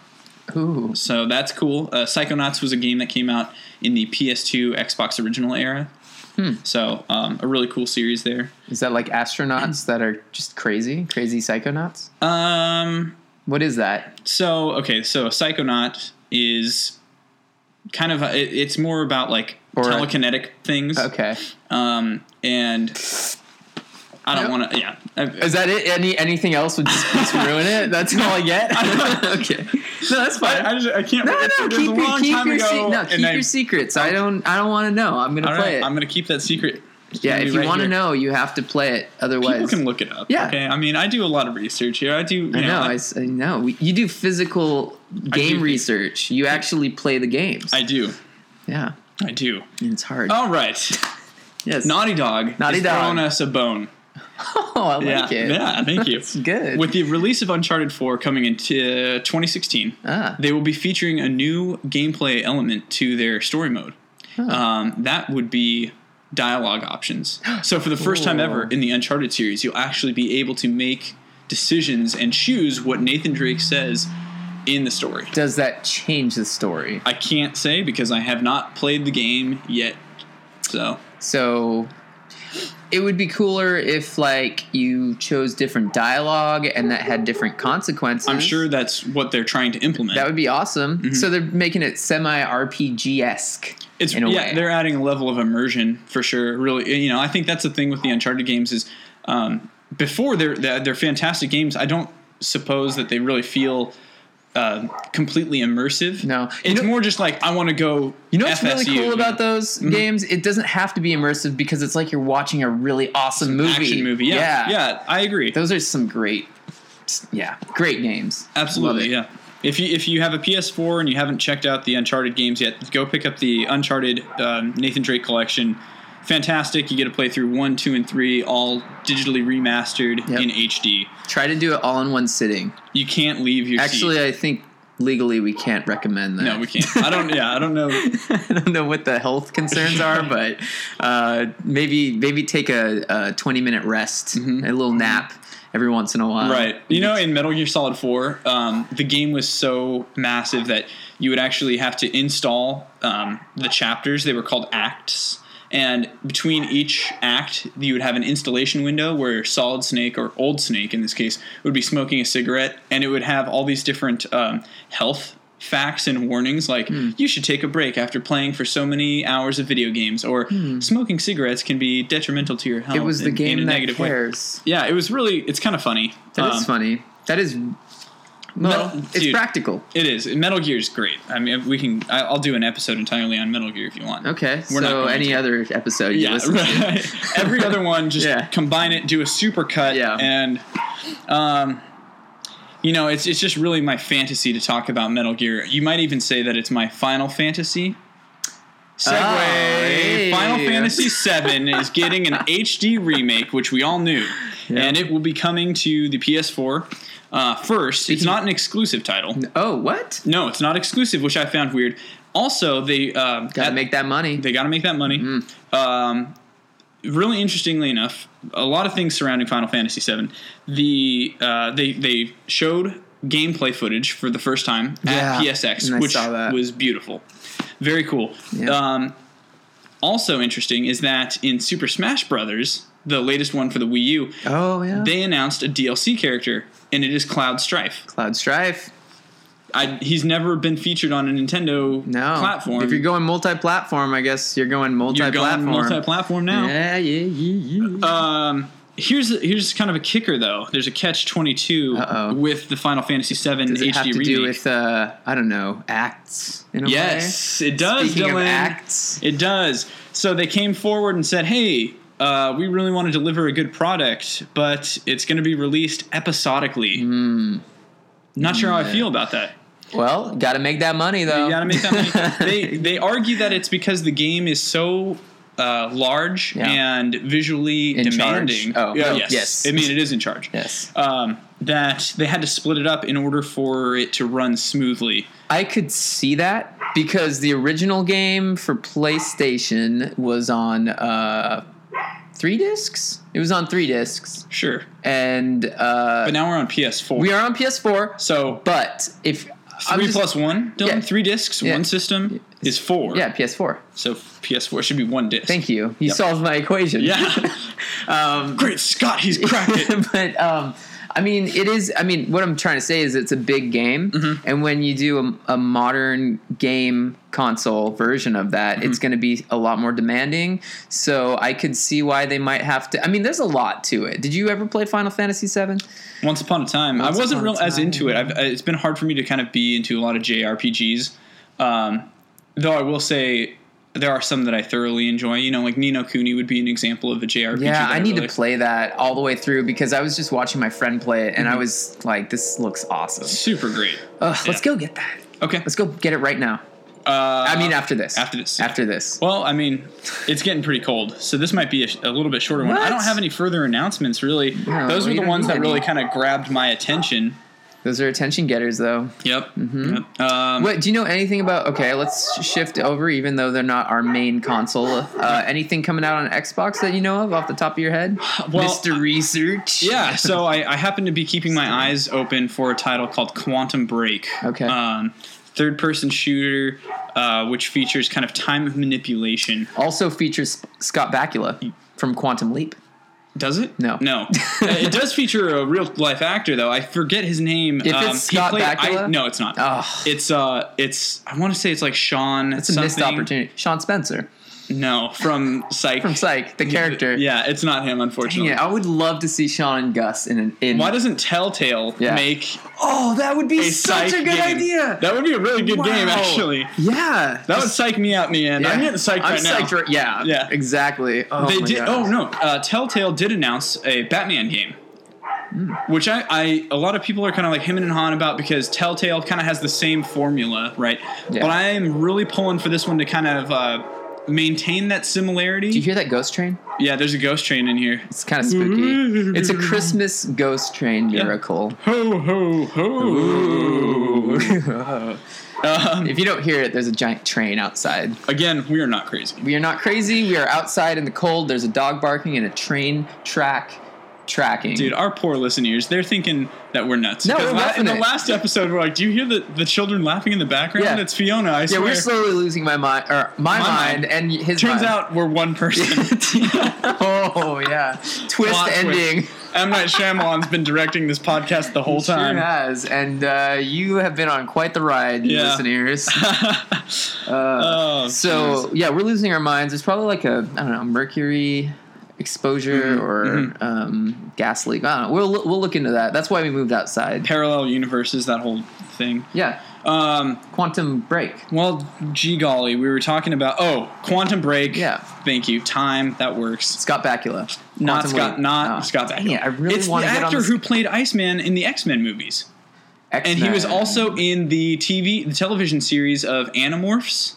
Speaker 2: Ooh.
Speaker 1: So that's cool. Uh, Psychonauts was a game that came out in the PS2 Xbox original era.
Speaker 2: Hmm.
Speaker 1: So um, a really cool series there.
Speaker 2: Is that like astronauts that are just crazy, crazy psychonauts?
Speaker 1: Um,
Speaker 2: What is that?
Speaker 1: So okay, so a psychonaut is kind of it, it's more about like
Speaker 2: Or-
Speaker 1: telekinetic things.
Speaker 2: Okay,
Speaker 1: Um, and I don't
Speaker 2: Yep.
Speaker 1: want to. Yeah. I-
Speaker 2: is that it? Any anything else would just, just ruin it? That's all I get. okay, no, that's fine.
Speaker 1: I, I, just, I can't.
Speaker 2: no,
Speaker 1: it-
Speaker 2: no,
Speaker 1: it was
Speaker 2: keep
Speaker 1: a
Speaker 2: your
Speaker 1: long
Speaker 2: keep
Speaker 1: time
Speaker 2: your
Speaker 1: ago,
Speaker 2: se- no,
Speaker 1: and
Speaker 2: keep
Speaker 1: I-
Speaker 2: your secrets. I don't I don't want to know. I'm gonna
Speaker 1: All right,
Speaker 2: play it.
Speaker 1: I'm gonna keep that secret. It's
Speaker 2: yeah,
Speaker 1: gonna
Speaker 2: if
Speaker 1: be
Speaker 2: you
Speaker 1: right
Speaker 2: want to
Speaker 1: here.
Speaker 2: know, you have to play it.
Speaker 1: people
Speaker 2: Otherwise,
Speaker 1: can look it up.
Speaker 2: Yeah.
Speaker 1: Okay. I mean, I do a lot of research here. I do. You
Speaker 2: I know.
Speaker 1: know,
Speaker 2: I, s- I know. We- You do physical game
Speaker 1: do-
Speaker 2: research. You actually play the games.
Speaker 1: I Oh, do.
Speaker 2: yeah.
Speaker 1: I do.
Speaker 2: And it's hard.
Speaker 1: All right.
Speaker 2: yes.
Speaker 1: Naughty Dog
Speaker 2: Naughty
Speaker 1: has
Speaker 2: Dog.
Speaker 1: thrown us a bone.
Speaker 2: oh, I
Speaker 1: yeah,
Speaker 2: like it.
Speaker 1: yeah, thank you.
Speaker 2: That's good.
Speaker 1: With the release of Uncharted 4 coming into 2016,
Speaker 2: Ah.
Speaker 1: they will be featuring a new gameplay element to their story mode. Um, that would be dialogue options. So, for the first time ever
Speaker 2: Ooh.
Speaker 1: in the Uncharted series, you'll actually be able to make decisions and choose what Nathan Drake says in the story.
Speaker 2: Does that change the story?
Speaker 1: I can't say because I have not played the game yet. So,
Speaker 2: So it would be cooler if like you chose different dialogue and that had different consequences.
Speaker 1: I'm sure that's what they're trying to implement.
Speaker 2: that would be awesome. So they're making it semi RPG esque.
Speaker 1: Mm-hmm. It's
Speaker 2: in a
Speaker 1: yeah,
Speaker 2: way.
Speaker 1: they're adding a level of immersion for sure. Really, you know, I think that's the thing with the Uncharted games is um, before they're, they're they're fantastic games. I don't suppose that they really feel uh, completely immersive.
Speaker 2: No. You
Speaker 1: it's
Speaker 2: know-
Speaker 1: more just like I want to go.
Speaker 2: You know what's really
Speaker 1: FSU,
Speaker 2: cool
Speaker 1: you
Speaker 2: about
Speaker 1: know? Mm-hmm.
Speaker 2: those games? It doesn't have to be immersive because it's like you're watching a really awesome movie.
Speaker 1: action movie? Yeah, yeah, I agree.
Speaker 2: Those are some great, yeah, great games.
Speaker 1: Absolutely,
Speaker 2: Love
Speaker 1: yeah. If you if you have a PS4 and you haven't checked out the Uncharted games yet, go pick up the Uncharted um, Nathan Drake collection. Fantastic! You get to play through one, two, and three, all digitally remastered
Speaker 2: Yep.
Speaker 1: in HD.
Speaker 2: it. Try to do it all in one sitting.
Speaker 1: You can't leave your
Speaker 2: Actually,
Speaker 1: seat.
Speaker 2: I think legally we can't recommend that.
Speaker 1: no, we can't. I don't. Yeah, I don't know.
Speaker 2: I don't know what the health concerns are, but uh, maybe maybe take a, a twenty minute rest, a little nap every once in a while.
Speaker 1: Mm-hmm. Right. You know, in Metal Gear Solid 4, um, the game was so massive that you would actually have to install um, the chapters. They were called acts. And between each act, you would have an installation window where Solid Snake, or Old Snake in this case, would be smoking a cigarette. And it would have all these different um, health facts and warnings like
Speaker 2: Hmm.
Speaker 1: you should take a break after playing for so many hours of video games or smoking cigarettes can be detrimental to your health
Speaker 2: Hmm. It was the
Speaker 1: in- in
Speaker 2: game
Speaker 1: a
Speaker 2: that
Speaker 1: negative way.
Speaker 2: cares.
Speaker 1: Yeah, it was really. It's kind of funny.
Speaker 2: That is
Speaker 1: Um,
Speaker 2: funny. That is well,
Speaker 1: Metal-
Speaker 2: it's
Speaker 1: dude.
Speaker 2: practical.
Speaker 1: It is. Metal Gear is great. I mean, we can. I- I'll do an episode entirely on Metal Gear if you want.
Speaker 2: Okay,
Speaker 1: We're not
Speaker 2: so
Speaker 1: going
Speaker 2: any
Speaker 1: to.
Speaker 2: other episode you
Speaker 1: Yeah.
Speaker 2: listen to,
Speaker 1: Right. Every other one, just
Speaker 2: Yeah.
Speaker 1: combine it, do a super cut,
Speaker 2: Yeah.
Speaker 1: and um, you know, it's it's just really my fantasy to talk about Metal Gear. You might even say that it's my Final Fantasy. Segway.
Speaker 2: Ah, hey.
Speaker 1: Final Fantasy VII is getting an HD remake, which we all knew, and it will be coming to the PS4 uh, first. It's not an exclusive title.
Speaker 2: oh what?
Speaker 1: No, it's not exclusive, which I found weird. Also, they um,
Speaker 2: Gotta
Speaker 1: at-
Speaker 2: make that money.
Speaker 1: they got to make that money.
Speaker 2: Mm-hmm.
Speaker 1: Um, really interestingly enough, a lot of things surrounding Final Fantasy VII. The uh, they they showed gameplay footage for the first time
Speaker 2: Yeah,
Speaker 1: at PSX,
Speaker 2: and I
Speaker 1: which
Speaker 2: saw that.
Speaker 1: was beautiful, very cool.
Speaker 2: Yeah.
Speaker 1: Um, also interesting is that in Super Smash Brothers, the latest one for the Wii U,
Speaker 2: oh yeah,
Speaker 1: they announced a DLC character, and it is Cloud Strife.
Speaker 2: Cloud Strife.
Speaker 1: I, he's never been featured on a Nintendo
Speaker 2: No
Speaker 1: platform.
Speaker 2: If you're going multi-platform, I guess you're going
Speaker 1: You're
Speaker 2: multi-platform.
Speaker 1: going multi-platform now.
Speaker 2: Yeah, yeah, yeah, yeah.
Speaker 1: Um, here's here's kind of a kicker though. There's a catch 22
Speaker 2: Uh-oh.
Speaker 1: with the Final Fantasy VII
Speaker 2: Does
Speaker 1: HD
Speaker 2: it have to
Speaker 1: remake.
Speaker 2: do with uh, I don't know acts in a
Speaker 1: yes,
Speaker 2: way?
Speaker 1: it does.
Speaker 2: Speaking
Speaker 1: Dylan.
Speaker 2: of acts,
Speaker 1: It does. So they came forward and said, "Hey, uh, we really want to deliver a good product, but it's going to be released episodically."
Speaker 2: Hmm.
Speaker 1: Not sure how I feel about that.
Speaker 2: well, got to make that money though.
Speaker 1: You gotta make that money. they they argue that it's because the game is so uh, large
Speaker 2: Yeah.
Speaker 1: and visually
Speaker 2: In charge.
Speaker 1: demanding.
Speaker 2: Oh,
Speaker 1: Yeah,
Speaker 2: oh,
Speaker 1: yes.
Speaker 2: yes.
Speaker 1: I mean it is in charge.
Speaker 2: yes,
Speaker 1: Um, that they had to split it up in order for it to run smoothly.
Speaker 2: I could see that because the original game for PlayStation was on uh, three discs. It was on three discs,
Speaker 1: Sure,
Speaker 2: and uh,
Speaker 1: but now we're on PS4.
Speaker 2: we are on PS4.
Speaker 1: so
Speaker 2: But if I'm
Speaker 1: three
Speaker 2: just-
Speaker 1: plus one, Dylan,
Speaker 2: Yeah.
Speaker 1: three discs,
Speaker 2: Yeah.
Speaker 1: one system is four.
Speaker 2: yeah, PS4.
Speaker 1: So PS4 should be one disc.
Speaker 2: Thank you. You solved my equation.
Speaker 1: Yeah. um, Great Scott, he's cracked it.
Speaker 2: but um, I mean, it is. I mean, what I'm trying to say is it's a big game, and when you do a, a modern game console version of that, it's going to be a lot more demanding. So I could see why they might have to. I mean, there's a lot to it. Did you ever play Final Fantasy VII?
Speaker 1: Once upon a time,
Speaker 2: Once
Speaker 1: I wasn't
Speaker 2: upon a
Speaker 1: real as
Speaker 2: time.
Speaker 1: into it. I've, uh, it's been hard for me to kind of be into a lot of JRPGs. Um, though I will say there are some that I thoroughly enjoy. You know, like Nino Kuni would be an example of a JRPG.
Speaker 2: Yeah,
Speaker 1: that
Speaker 2: I need
Speaker 1: really-
Speaker 2: to play that all the way through because I was just watching my friend play it, and I was like, "This looks awesome.
Speaker 1: Super great.
Speaker 2: Mm-hmm. Ugh,
Speaker 1: Yeah.
Speaker 2: Let's go get that.
Speaker 1: Okay.
Speaker 2: Let's go get it right now."
Speaker 1: uh,
Speaker 2: I mean, after this.
Speaker 1: after this.
Speaker 2: After this.
Speaker 1: Well, I mean, it's getting pretty cold, so this might be a, a little bit shorter one. I
Speaker 2: What?
Speaker 1: don't have any further announcements, really.
Speaker 2: No,
Speaker 1: Those were
Speaker 2: we
Speaker 1: the
Speaker 2: don't
Speaker 1: ones
Speaker 2: need
Speaker 1: that really
Speaker 2: any.
Speaker 1: kind of grabbed my attention.
Speaker 2: Those are attention getters, though.
Speaker 1: Yep. Yep. Um,
Speaker 2: Mm-hmm. What do you know anything about? Okay, let's shift over, even though they're not our main console. Uh, anything coming out on Xbox that you know of off the top of your head?
Speaker 1: Well,
Speaker 2: Mr. Research.
Speaker 1: yeah, so I, I happen to be keeping my eyes open for a title called Quantum Break.
Speaker 2: Okay.
Speaker 1: Um, third person shooter, uh, which features kind of time manipulation.
Speaker 2: Also features Scott Bakula from Quantum Leap.
Speaker 1: Does it?
Speaker 2: No.
Speaker 1: No. Uh, it does feature a real life actor, though. I forget his name. Um,
Speaker 2: If it's Scott
Speaker 1: I,
Speaker 2: Bakula? Oh,
Speaker 1: no, it's not.
Speaker 2: Ugh.
Speaker 1: It's uh, it's I want to say it's like Sean.
Speaker 2: It's a missed opportunity. Sean Spencer
Speaker 1: No, from Psych.
Speaker 2: from Psych, the character.
Speaker 1: Yeah, it's not him,
Speaker 2: Dang
Speaker 1: unfortunately.
Speaker 2: it, I would love to see Sean and Gus in an in.
Speaker 1: Why doesn't Telltale
Speaker 2: Yeah.
Speaker 1: make
Speaker 2: oh, that would be
Speaker 1: a
Speaker 2: such
Speaker 1: Psych
Speaker 2: a good
Speaker 1: game?
Speaker 2: idea.
Speaker 1: That would be a really good game,
Speaker 2: Wow.
Speaker 1: actually.
Speaker 2: yeah,
Speaker 1: That would psych me out in the end. I'm getting psyched
Speaker 2: I'm
Speaker 1: right now.
Speaker 2: psyched right- yeah,
Speaker 1: Yeah.
Speaker 2: exactly. Oh
Speaker 1: they
Speaker 2: my
Speaker 1: did.
Speaker 2: gosh.
Speaker 1: Oh no, uh, Telltale did announce a Batman game,
Speaker 2: Hmm.
Speaker 1: which I, I a lot of people are kind of like him and hawing about because Telltale kind of has the same formula, right?
Speaker 2: Yeah.
Speaker 1: But I am really pulling for this one to kind of uh, maintain that similarity.
Speaker 2: Do you hear that ghost train?
Speaker 1: yeah, there's a ghost train in here.
Speaker 2: It's kind of spooky. it's a Christmas ghost train miracle.
Speaker 1: Ho ho ho! um,
Speaker 2: If you don't hear it, there's a giant train outside.
Speaker 1: again, we are not crazy.
Speaker 2: We are not crazy. We are outside in the cold. There's a dog barking and a train track tracking.
Speaker 1: Dude, our poor listeners, they're thinking that we're nuts.
Speaker 2: No,
Speaker 1: 'Cause
Speaker 2: we're
Speaker 1: la-
Speaker 2: loving
Speaker 1: in the
Speaker 2: it.
Speaker 1: last episode, we're like, do you hear the, the children laughing in the background?
Speaker 2: Yeah.
Speaker 1: It's Fiona, I
Speaker 2: yeah,
Speaker 1: swear.
Speaker 2: we're slowly losing my mind, or my,
Speaker 1: My
Speaker 2: mind,
Speaker 1: mind.
Speaker 2: and his.
Speaker 1: Turns
Speaker 2: mind.
Speaker 1: out we're one person.
Speaker 2: oh yeah, twist
Speaker 1: Plot twist.
Speaker 2: ending.
Speaker 1: M. Night Shyamalan's been directing this podcast the whole time.
Speaker 2: Sure has, and uh, you have been on quite the ride,
Speaker 1: Yeah.
Speaker 2: listeners.
Speaker 1: oh,
Speaker 2: So yeah, we're losing our minds. There's probably like a I don't know mercury exposure
Speaker 1: Mm-hmm.
Speaker 2: or Um, gas leak. I don't know. We'll we'll look into that. That's why we moved outside.
Speaker 1: parallel universes, that whole thing.
Speaker 2: Yeah,
Speaker 1: Um,
Speaker 2: quantum break.
Speaker 1: well, gee golly, we were talking about oh, Quantum Break.
Speaker 2: Yeah.
Speaker 1: thank you. Time that works.
Speaker 2: Scott Bakula.
Speaker 1: Not
Speaker 2: Quantum
Speaker 1: Scott,
Speaker 2: leap.
Speaker 1: not
Speaker 2: Oh,
Speaker 1: Scott Bakula.
Speaker 2: Dang it, I really
Speaker 1: it's the
Speaker 2: want to get on
Speaker 1: actor
Speaker 2: this
Speaker 1: who played Iceman in the X Men movies,
Speaker 2: X-Men.
Speaker 1: and he was also in the TV, the television series of Animorphs.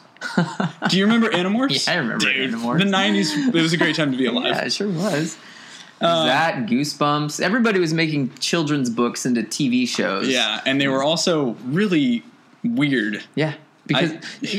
Speaker 1: Do you remember Animorphs?
Speaker 2: Yeah, I remember
Speaker 1: Dude,
Speaker 2: Animorphs.
Speaker 1: The '90s. It was a great time to be alive.
Speaker 2: Yeah, it sure was.
Speaker 1: Um,
Speaker 2: that Goosebumps. Everybody was making children's books into TV shows.
Speaker 1: Yeah, and they were also really weird.
Speaker 2: Yeah. Because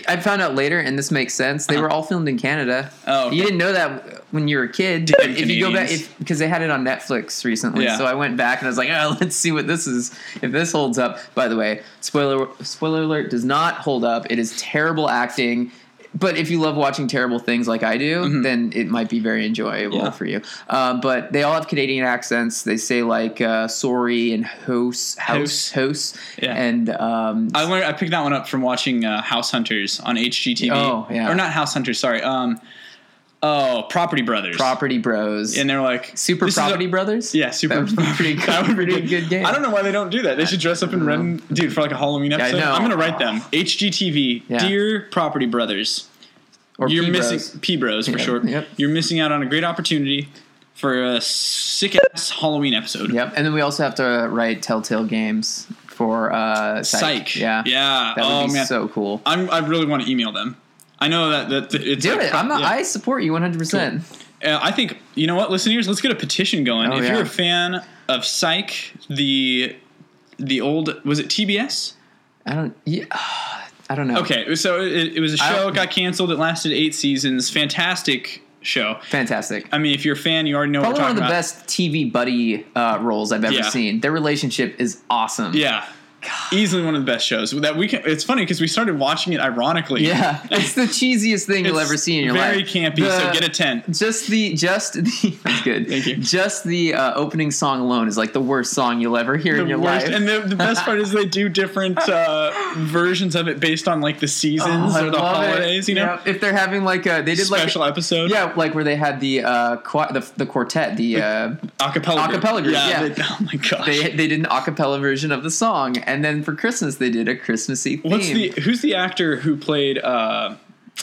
Speaker 2: I, found out later, and this makes sense. They were all filmed in Canada.
Speaker 1: Uh-huh. Oh, okay.
Speaker 2: you didn't know that when you were a kid. but if you go back,
Speaker 1: Canadians.
Speaker 2: if, because they had it on Netflix recently,
Speaker 1: Yeah.
Speaker 2: so I went back and I was like, "Oh, let's see what this is. If this holds up." By the way, spoiler spoiler alert does not hold up. It is terrible acting. But if you love watching terrible things like I do, then it might be very enjoyable
Speaker 1: Mm-hmm. Yeah.
Speaker 2: for you. Uh, but they all have Canadian accents. They say like uh, "sorry" and "house,"
Speaker 1: House.
Speaker 2: "house," "house,"
Speaker 1: Yeah.
Speaker 2: and um,
Speaker 1: I learned I picked that one up from watching uh, House Hunters on HGTV.
Speaker 2: Oh, yeah.
Speaker 1: or not House Hunters. Sorry. Um, oh, Property Brothers.
Speaker 2: Property Bros.
Speaker 1: and they're like
Speaker 2: Super
Speaker 1: this is a-
Speaker 2: Property Brothers?
Speaker 1: Yeah, super.
Speaker 2: That would be pretty good-
Speaker 1: that would be
Speaker 2: pretty
Speaker 1: good.
Speaker 2: good game. Um,
Speaker 1: I don't know why they don't do that. They should dress up in red, and- dude, for like a Halloween
Speaker 2: I
Speaker 1: episode.
Speaker 2: know.
Speaker 1: I'm gonna write them. HGTV,
Speaker 2: Yeah.
Speaker 1: dear Property Brothers.
Speaker 2: Or
Speaker 1: You're
Speaker 2: P Bros.
Speaker 1: missing P Bros for
Speaker 2: Yeah,
Speaker 1: short.
Speaker 2: yep.
Speaker 1: You're missing out on a great opportunity for a sick ass Halloween episode.
Speaker 2: Yep. And then we also have to write Telltale games for uh, Psych.
Speaker 1: Psych.
Speaker 2: Yeah.
Speaker 1: Yeah.
Speaker 2: That would
Speaker 1: oh
Speaker 2: be
Speaker 1: man.
Speaker 2: so cool.
Speaker 1: I'm, I really want to email them. I know that, that that it's
Speaker 2: Do
Speaker 1: like-
Speaker 2: it. I'm not,
Speaker 1: yeah.
Speaker 2: I support you 100%.
Speaker 1: Uh, I think you know what, listeners. Let's get a petition going.
Speaker 2: Oh,
Speaker 1: if
Speaker 2: yeah.
Speaker 1: you're a fan of Psych, the the old was it TBS?
Speaker 2: I don't yeah, I don't know.
Speaker 1: Okay, so it, it was a
Speaker 2: I
Speaker 1: show.
Speaker 2: don't-
Speaker 1: It got canceled. It lasted eight seasons. Fantastic show.
Speaker 2: Fantastic.
Speaker 1: I mean, if you're a fan, you already know
Speaker 2: Probably
Speaker 1: what
Speaker 2: one
Speaker 1: we're
Speaker 2: of
Speaker 1: talking
Speaker 2: the
Speaker 1: about.
Speaker 2: best TV buddy uh, roles I've ever
Speaker 1: Yeah.
Speaker 2: seen. Their relationship is awesome.
Speaker 1: Yeah. Easily one of the best shows that we can. It's funny because we started watching it ironically.
Speaker 2: Yeah. It's the cheesiest thing you'll
Speaker 1: It's
Speaker 2: ever see in your
Speaker 1: very
Speaker 2: life.
Speaker 1: campy. so
Speaker 2: The-
Speaker 1: get a ten.
Speaker 2: just the just the that's good.
Speaker 1: Thank you.
Speaker 2: Just the uh, opening song alone is like the worst song you'll ever hear in
Speaker 1: the
Speaker 2: your
Speaker 1: worst.
Speaker 2: life.
Speaker 1: And the, the best part is they do different uh, versions of it based on like the seasons
Speaker 2: Oh, I
Speaker 1: or the
Speaker 2: love it.
Speaker 1: holidays. You know,
Speaker 2: Yeah, if they're having like a they did
Speaker 1: special episode.
Speaker 2: like yeah, like where they had the uh qu- the, the quartet, the uh
Speaker 1: acapella. group.
Speaker 2: Acapella group,
Speaker 1: Yeah.
Speaker 2: yeah.
Speaker 1: they- oh my gosh.
Speaker 2: they they did an acapella version of the song, and then for Christmas they did a Christmassy theme.
Speaker 1: What's the who's the actor who played uh,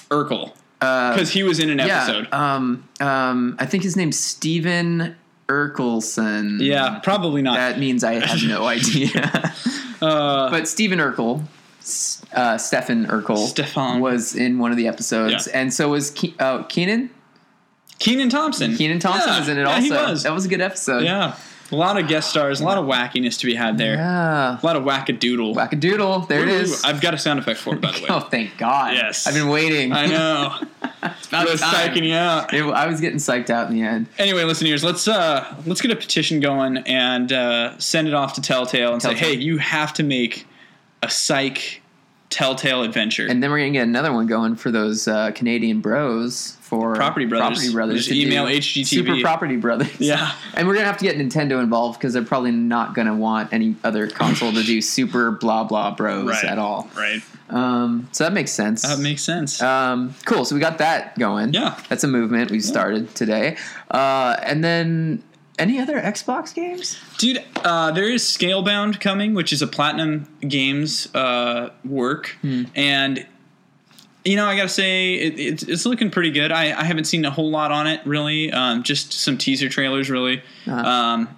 Speaker 1: Urkel?
Speaker 2: uh,
Speaker 1: Because he was in an episode.
Speaker 2: yeah? Um, um, I think his name's Steven Urkelson.
Speaker 1: yeah, probably not.
Speaker 2: that means I have no idea.
Speaker 1: uh,
Speaker 2: but Steven Urkel, S- uh, Stefan Urkel
Speaker 1: Stefan.
Speaker 2: was in one of the episodes,
Speaker 1: Yeah.
Speaker 2: and so was Ke- uh, Keenan.
Speaker 1: Keenan Thompson.
Speaker 2: Keenan Thompson
Speaker 1: yeah.
Speaker 2: was in it
Speaker 1: yeah,
Speaker 2: also.
Speaker 1: He was.
Speaker 2: That was a good episode.
Speaker 1: Yeah. A lot of guest stars, a lot of wackiness to be had there.
Speaker 2: yeah.
Speaker 1: A lot of wackadoodle.
Speaker 2: Wackadoodle. There it is.
Speaker 1: I've got a sound effect for it, by the way.
Speaker 2: Oh, thank God.
Speaker 1: Yes.
Speaker 2: I've been waiting.
Speaker 1: I know.
Speaker 2: It's about
Speaker 1: I was
Speaker 2: time.
Speaker 1: psyching you out.
Speaker 2: It- I was getting psyched out in the end.
Speaker 1: Anyway, listeners, let's uh let's get a petition going and uh, send it off to Telltale and
Speaker 2: Telltale.
Speaker 1: say, hey, you have to make a psych Telltale adventure.
Speaker 2: And then we're gonna get another one going for those uh, Canadian bros for
Speaker 1: Property Brothers.
Speaker 2: Property brothers
Speaker 1: Just
Speaker 2: to do
Speaker 1: email HGTV.
Speaker 2: Super property brothers.
Speaker 1: Yeah.
Speaker 2: And we're gonna have to get Nintendo involved because they're probably not gonna want any other console to do super blah blah bros
Speaker 1: right.
Speaker 2: at all.
Speaker 1: Right.
Speaker 2: Um, so that makes sense.
Speaker 1: That makes sense.
Speaker 2: um, cool. So we got that going.
Speaker 1: Yeah.
Speaker 2: That's a movement we started today. Uh, and then any other Xbox games?
Speaker 1: Dude, uh, there is Scalebound coming, which is a Platinum Games uh, work,
Speaker 2: Hmm.
Speaker 1: and you know I gotta say it, it's it's looking pretty good. I, I haven't seen a whole lot on it really, um, just some teaser trailers really. Um,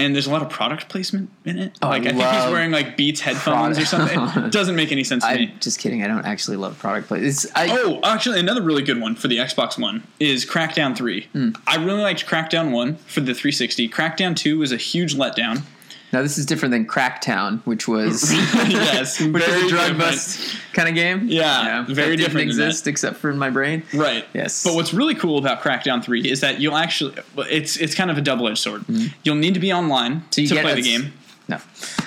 Speaker 1: and there's a lot of product placement in it.
Speaker 2: Uh-huh. I
Speaker 1: like I, think he's
Speaker 2: love
Speaker 1: wearing like Beats headphones or
Speaker 2: product.
Speaker 1: something. It doesn't make any sense to me.
Speaker 2: I'm just kidding. I don't actually love product play. It's, I,
Speaker 1: Oh, actually, another really good one for the Xbox One is Crackdown 3.
Speaker 2: Hmm.
Speaker 1: I really liked Crackdown 1 for the 360. Crackdown 2 was a huage letdown.
Speaker 2: Now this is different than Cracktown, which was
Speaker 1: yes,
Speaker 2: which is
Speaker 1: very
Speaker 2: a drug
Speaker 1: different.
Speaker 2: bust kind of game.
Speaker 1: Yeah, very
Speaker 2: that didn't
Speaker 1: different than
Speaker 2: exist except for in my brain.
Speaker 1: Right.
Speaker 2: Yes.
Speaker 1: But what's really cool about Crackdown Three is that you'll actually it's it's kind of a double edged sword.
Speaker 2: Hmm.
Speaker 1: You'll need to be online to play the game, Uh,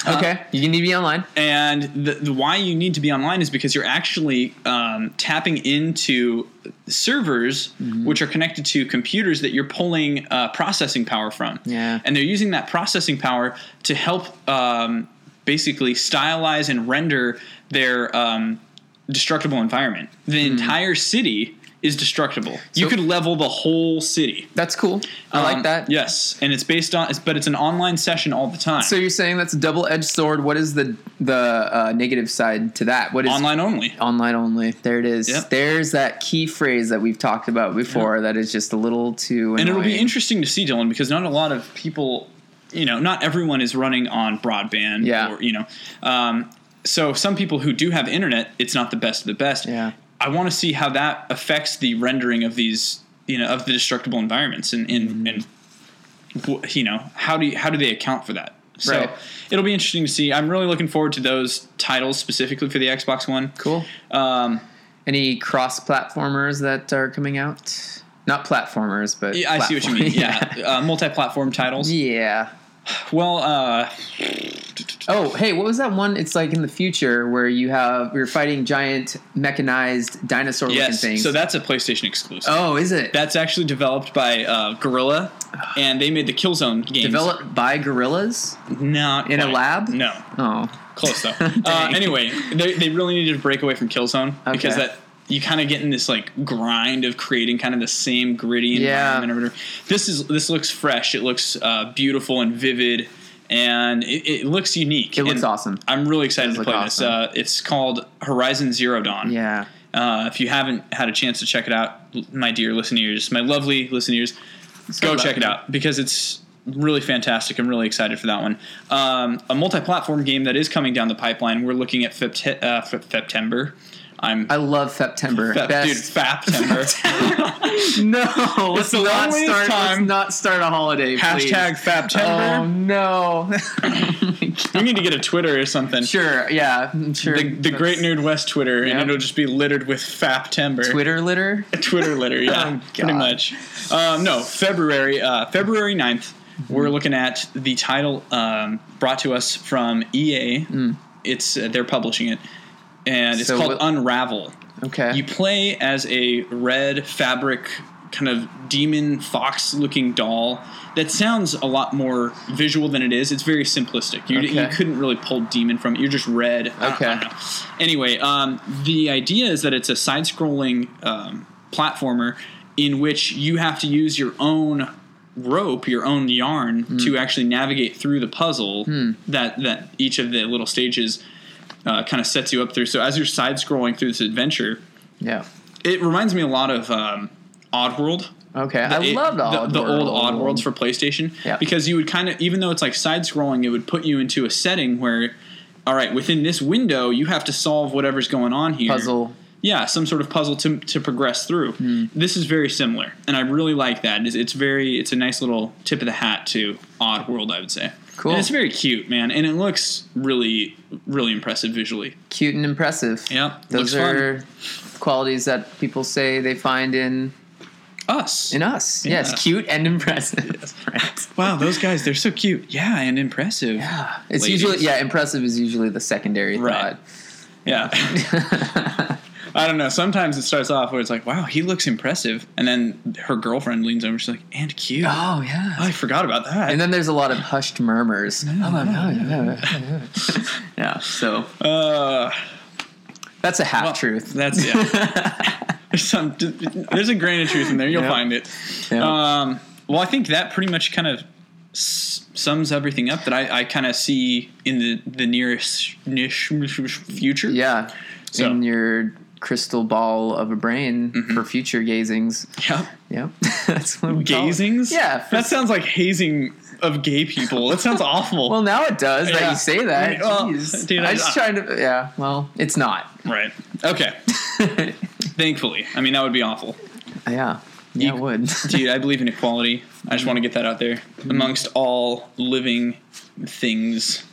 Speaker 2: No. Okay, you need to be online.
Speaker 1: and the, the why you need to be online is because you're actually um, tapping into servers
Speaker 2: Mm-hmm.
Speaker 1: which are connected to computers that you're pulling uh, processing power from.
Speaker 2: Yeah.
Speaker 1: And they're using that processing power to help um, basically stylize and render their um, destructible environment. The entire city is destructible. you
Speaker 2: Mm-hmm. So-
Speaker 1: could level the whole city.
Speaker 2: That's cool. I like
Speaker 1: Um,
Speaker 2: that.
Speaker 1: Yes, and it's based on, it's, but it's an online session all the time.
Speaker 2: So you're saying that's a double-edged sword. What is the the uh, negative side to that? What is
Speaker 1: online only.
Speaker 2: online only? There it is.
Speaker 1: Yep.
Speaker 2: There's that key phrase that we've talked about before. That is just a little too.
Speaker 1: and it'll be
Speaker 2: annoying.
Speaker 1: interesting to see Dylan because not a lot of people, you know, not everyone is running on broadband.
Speaker 2: Yeah.
Speaker 1: Or, you know, um, so some people who do have internet, it's not the best of the best.
Speaker 2: Yeah.
Speaker 1: I want to see how that affects the rendering of these, you know, of the destructible environments and
Speaker 2: Mm-hmm.
Speaker 1: and, and wh- you know how do you, how do they account for that? So
Speaker 2: Right.
Speaker 1: it'll be interesting to see. I'm really looking forward to those titles specifically for the Xbox One.
Speaker 2: Cool.
Speaker 1: Um,
Speaker 2: Any cross-platformers that are coming out? Not platformers, but
Speaker 1: yeah, I see what you
Speaker 2: platform-
Speaker 1: mean. Yeah, Uh, multi-platform titles.
Speaker 2: yeah.
Speaker 1: Well, uh,
Speaker 2: Oh, hey, what was that one? It's like in the future where you have you're fighting giant mechanized dinosaur looking
Speaker 1: yes.
Speaker 2: things.
Speaker 1: So that's a PlayStation exclusive.
Speaker 2: oh, is it
Speaker 1: That's actually developed by uh, Gorilla, and they made the Killzone games.
Speaker 2: developed by gorillas?
Speaker 1: Not
Speaker 2: in a
Speaker 1: quite.
Speaker 2: lab?
Speaker 1: No,
Speaker 2: Oh,
Speaker 1: close though. uh,
Speaker 2: Dang.
Speaker 1: anyway, they they really needed to break away from Killzone because
Speaker 2: Okay.
Speaker 1: that you kind of get in this like grind of creating kind of the same gritty
Speaker 2: Yeah.
Speaker 1: environment. or whatever. This is this looks fresh. It looks uh, beautiful and vivid. And it, it looks unique.
Speaker 2: It looks
Speaker 1: And
Speaker 2: awesome.
Speaker 1: I'm really excited
Speaker 2: does
Speaker 1: to
Speaker 2: look
Speaker 1: play this.
Speaker 2: awesome.
Speaker 1: Uh, it's called Horizon Zero Dawn.
Speaker 2: yeah.
Speaker 1: Uh, if you haven't had a chance to check it out, l- my dear listeners, my lovely listeners,
Speaker 2: So
Speaker 1: go
Speaker 2: lovely.
Speaker 1: check it out because it's really fantastic. I'm really excited for that one. Um, a multi-platform game that is coming down the pipeline. We're looking at Fept- uh, Fe- Feptember. I'm
Speaker 2: I love September.
Speaker 1: Fep- dude,
Speaker 2: Best.
Speaker 1: Faptember.
Speaker 2: no, let's
Speaker 1: the
Speaker 2: not
Speaker 1: loneliest
Speaker 2: start.
Speaker 1: time.
Speaker 2: Let's not start a holiday. please.
Speaker 1: Hashtag
Speaker 2: Oh
Speaker 1: Faptember.
Speaker 2: no.
Speaker 1: we need to get a Twitter or something.
Speaker 2: sure. Yeah. I'm Sure.
Speaker 1: The, the
Speaker 2: That's
Speaker 1: Great Nerd West Twitter, and
Speaker 2: Yeah.
Speaker 1: it'll just be littered with Faptember.
Speaker 2: Twitter litter.
Speaker 1: Twitter litter, yeah,
Speaker 2: Oh,
Speaker 1: pretty
Speaker 2: God.
Speaker 1: much. Um, no, February, uh, February 9th, we're
Speaker 2: Mm-hmm.
Speaker 1: looking at the title um, brought to us from EA. It's uh, they're publishing it, and it's
Speaker 2: Mm. So
Speaker 1: called
Speaker 2: what-
Speaker 1: Unravel.
Speaker 2: Okay.
Speaker 1: You play as a red fabric kind of demon fox looking doll that sounds a lot more visual than it is it's very simplistic you, you
Speaker 2: Okay.
Speaker 1: couldn't really pull demon from it you're just red I don't- I
Speaker 2: Okay.
Speaker 1: don't know. anyway um, the idea is that it's a side scrolling um, platformer in which you have to use your own rope your own yarn
Speaker 2: Hmm.
Speaker 1: to actually navigate through the puzzle that that each of the little stages uh, kind of sets you up through so as you're side scrolling through this adventure
Speaker 2: yeah.
Speaker 1: it reminds me a lot of um, Oddworld.
Speaker 2: Okay. I
Speaker 1: It-
Speaker 2: love the,
Speaker 1: the, the old
Speaker 2: odd
Speaker 1: Oddworlds for PlayStation
Speaker 2: Yeah.
Speaker 1: because you would kind of, even though it's like side scrolling, it would put you into a setting where, all right, within this window, you have to solve whatever's going on here.
Speaker 2: puzzle. Hmm.
Speaker 1: yeah, some sort of puzzle to, to progress through. This is very similar, and I really like that. It's, it's very, it's a nice little tip of the hat to Odd World, I would say.
Speaker 2: Cool.
Speaker 1: And it's very cute, man, and it looks really, really impressive visually.
Speaker 2: Cute and impressive.
Speaker 1: Yeah, looks
Speaker 2: Those
Speaker 1: fun.
Speaker 2: are qualities that people say they find in
Speaker 1: Us.
Speaker 2: in us.
Speaker 1: Yeah.
Speaker 2: Yes, cute and impressive. Right.
Speaker 1: wow, those guys, they're so cute. Yeah, and impressive.
Speaker 2: Yeah. It's
Speaker 1: Ladies.
Speaker 2: usually yeah, impressive is usually the secondary
Speaker 1: Right.
Speaker 2: thought.
Speaker 1: yeah. I don't know. Sometimes it starts off where it's like, wow, he looks impressive. And then her girlfriend leans over. She's like, and cute.
Speaker 2: oh yeah.
Speaker 1: I forgot about that.
Speaker 2: and then there's a lot of hushed murmurs. Oh, my God, yeah, yeah, yeah. yeah. So
Speaker 1: uh,
Speaker 2: that's a half
Speaker 1: well,
Speaker 2: truth.
Speaker 1: That's yeah. there's some. There's a grain of truth in there. You'll
Speaker 2: Yeah.
Speaker 1: find it.
Speaker 2: Yeah.
Speaker 1: Um, well, I think that pretty much kind of s- sums everything up that I, I kind of see in the the nearest niche future.
Speaker 2: yeah.
Speaker 1: So- Mm-hmm.
Speaker 2: In your crystal ball of a brain for future gazings.
Speaker 1: Yep.
Speaker 2: Yep. that's what we call it.
Speaker 1: Gazings.
Speaker 2: Oh, Yeah. for-
Speaker 1: that sounds like hazing of gay people. That sounds awful.
Speaker 2: well, now it does that
Speaker 1: Yeah.
Speaker 2: you say that.
Speaker 1: Right, well,
Speaker 2: Jeez.
Speaker 1: dude, I-
Speaker 2: I just trying to. Yeah. Well, it's not.
Speaker 1: right. Okay. Thankfully, I mean that would be awful.
Speaker 2: Yeah. Yeah,
Speaker 1: You-
Speaker 2: it would.
Speaker 1: Dude, I believe in equality. I just want to get that out there amongst all living things.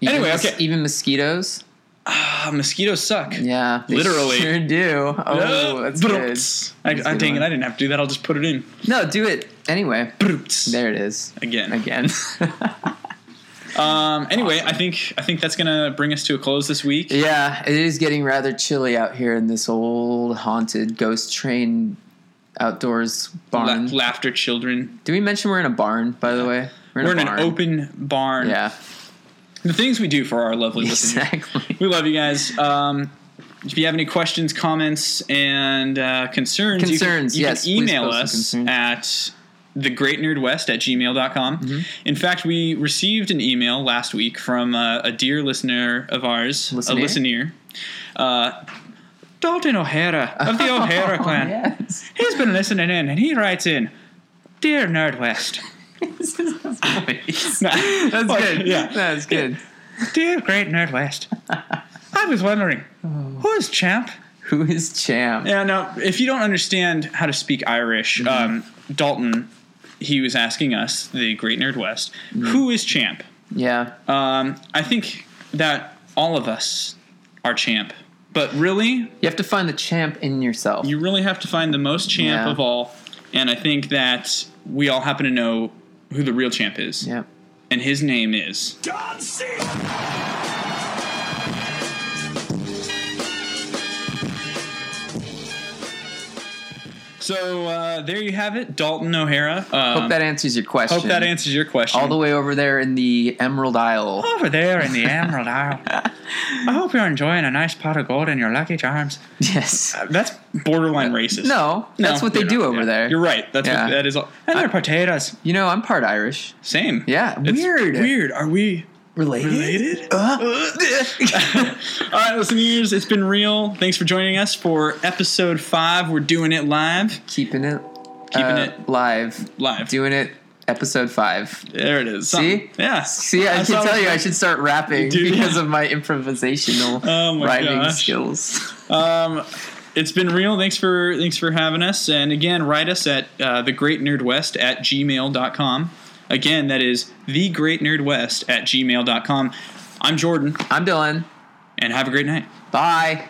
Speaker 2: Even
Speaker 1: Anyway,
Speaker 2: mos-
Speaker 1: okay.
Speaker 2: Even mosquitoes.
Speaker 1: Ah, mosquitoes suck.
Speaker 2: Yeah. they
Speaker 1: Literally.
Speaker 2: Sure do. Oh, that's good.
Speaker 1: I,
Speaker 2: That's a
Speaker 1: I,
Speaker 2: good
Speaker 1: dang it,
Speaker 2: one.
Speaker 1: I didn't have to do that. I'll just put it in.
Speaker 2: No, do it anyway.
Speaker 1: There.
Speaker 2: There it is.
Speaker 1: Again.
Speaker 2: Again.
Speaker 1: Um, anyway, I think I think that's gonna bring us to a close this week.
Speaker 2: yeah, it is getting rather chilly out here in this old haunted ghost train outdoors
Speaker 1: La-
Speaker 2: barn.
Speaker 1: laughter, children.
Speaker 2: Did we mention we're in a barn, by the way?
Speaker 1: We're in an
Speaker 2: barn.
Speaker 1: open barn.
Speaker 2: Yeah,
Speaker 1: The things we do for our lovely listeners.
Speaker 2: exactly.
Speaker 1: We love you guys. Um, if you have any questions, comments, and uh, concerns, you can-
Speaker 2: Concerns,
Speaker 1: you can,
Speaker 2: yes, please
Speaker 1: email
Speaker 2: post some
Speaker 1: us
Speaker 2: concerns. Mm-hmm.
Speaker 1: at thegreatnerdwest at gmail.com. In fact, we received an email last week from uh, a dear listener of ours, a
Speaker 2: Listener?
Speaker 1: listener, uh, Dalton O'Hara of the O'Hara clan.
Speaker 2: Yes.
Speaker 1: He's been listening in and he writes in, Dear Nerdwest,
Speaker 2: This is- That's
Speaker 1: That's
Speaker 2: good.
Speaker 1: Yeah.
Speaker 2: That's good.
Speaker 1: Dear Great Nerdwest, I was wondering,
Speaker 2: Oh.
Speaker 1: who is Champ?
Speaker 2: Who is champ?
Speaker 1: Yeah, now, if you don't understand how to speak Irish,
Speaker 2: Mm-hmm.
Speaker 1: um, Dalton, he was asking us, the Great Nerd West,
Speaker 2: Mm-hmm.
Speaker 1: who is champ?
Speaker 2: Yeah.
Speaker 1: Um, I think that all of us are champ, but really,
Speaker 2: You have to find the champ in yourself.
Speaker 1: you really have to find the most champ
Speaker 2: Yeah.
Speaker 1: of all. And I think that we all happen to know who the real champ is.
Speaker 2: yeah.
Speaker 1: And his name is.
Speaker 3: John Cena!
Speaker 1: So uh, there you have it, Dalton O'Hara. Um,
Speaker 2: Hope that answers your question.
Speaker 1: hope that answers your question.
Speaker 2: All the way over there in the Emerald Isle.
Speaker 1: over there in the Emerald Isle. I hope you're enjoying a nice pot of gold in your lucky charms.
Speaker 2: Yes.
Speaker 1: That's borderline racist.
Speaker 2: No, that's what they
Speaker 1: you're
Speaker 2: do
Speaker 1: not.
Speaker 2: over
Speaker 1: Yeah.
Speaker 2: there.
Speaker 1: You're right. That's
Speaker 2: Yeah.
Speaker 1: what that is. All. And they're potatoes.
Speaker 2: You know, I'm part Irish.
Speaker 1: Same.
Speaker 2: Yeah, weird.
Speaker 1: Weird. Are we
Speaker 2: Related?
Speaker 1: related?
Speaker 2: Uh-huh.
Speaker 1: Uh-huh.
Speaker 2: Uh,
Speaker 1: All right, listeners, it's been real. Thanks for joining us for episode five. We're doing it live.
Speaker 2: keeping it,
Speaker 1: Keeping
Speaker 2: uh,
Speaker 1: it
Speaker 2: live,
Speaker 1: Live.
Speaker 2: doing it. Episode five.
Speaker 1: there it is.
Speaker 2: See?
Speaker 1: Something. Yeah.
Speaker 2: See, I, can
Speaker 1: saw-
Speaker 2: tell you, I should start rapping
Speaker 1: Dude,
Speaker 2: because
Speaker 1: yeah.
Speaker 2: of my improvisational
Speaker 1: Oh my
Speaker 2: writing
Speaker 1: gosh.
Speaker 2: skills.
Speaker 1: Um, it's been real. Thanks for thanks for having us. And again, write us at uh, thegreatnerdwest at gmail.com. Again, that is thegreatnerdwest at gmail.com. I'm Jordan,
Speaker 2: I'm Dylan.
Speaker 1: and have a great night.
Speaker 2: Bye.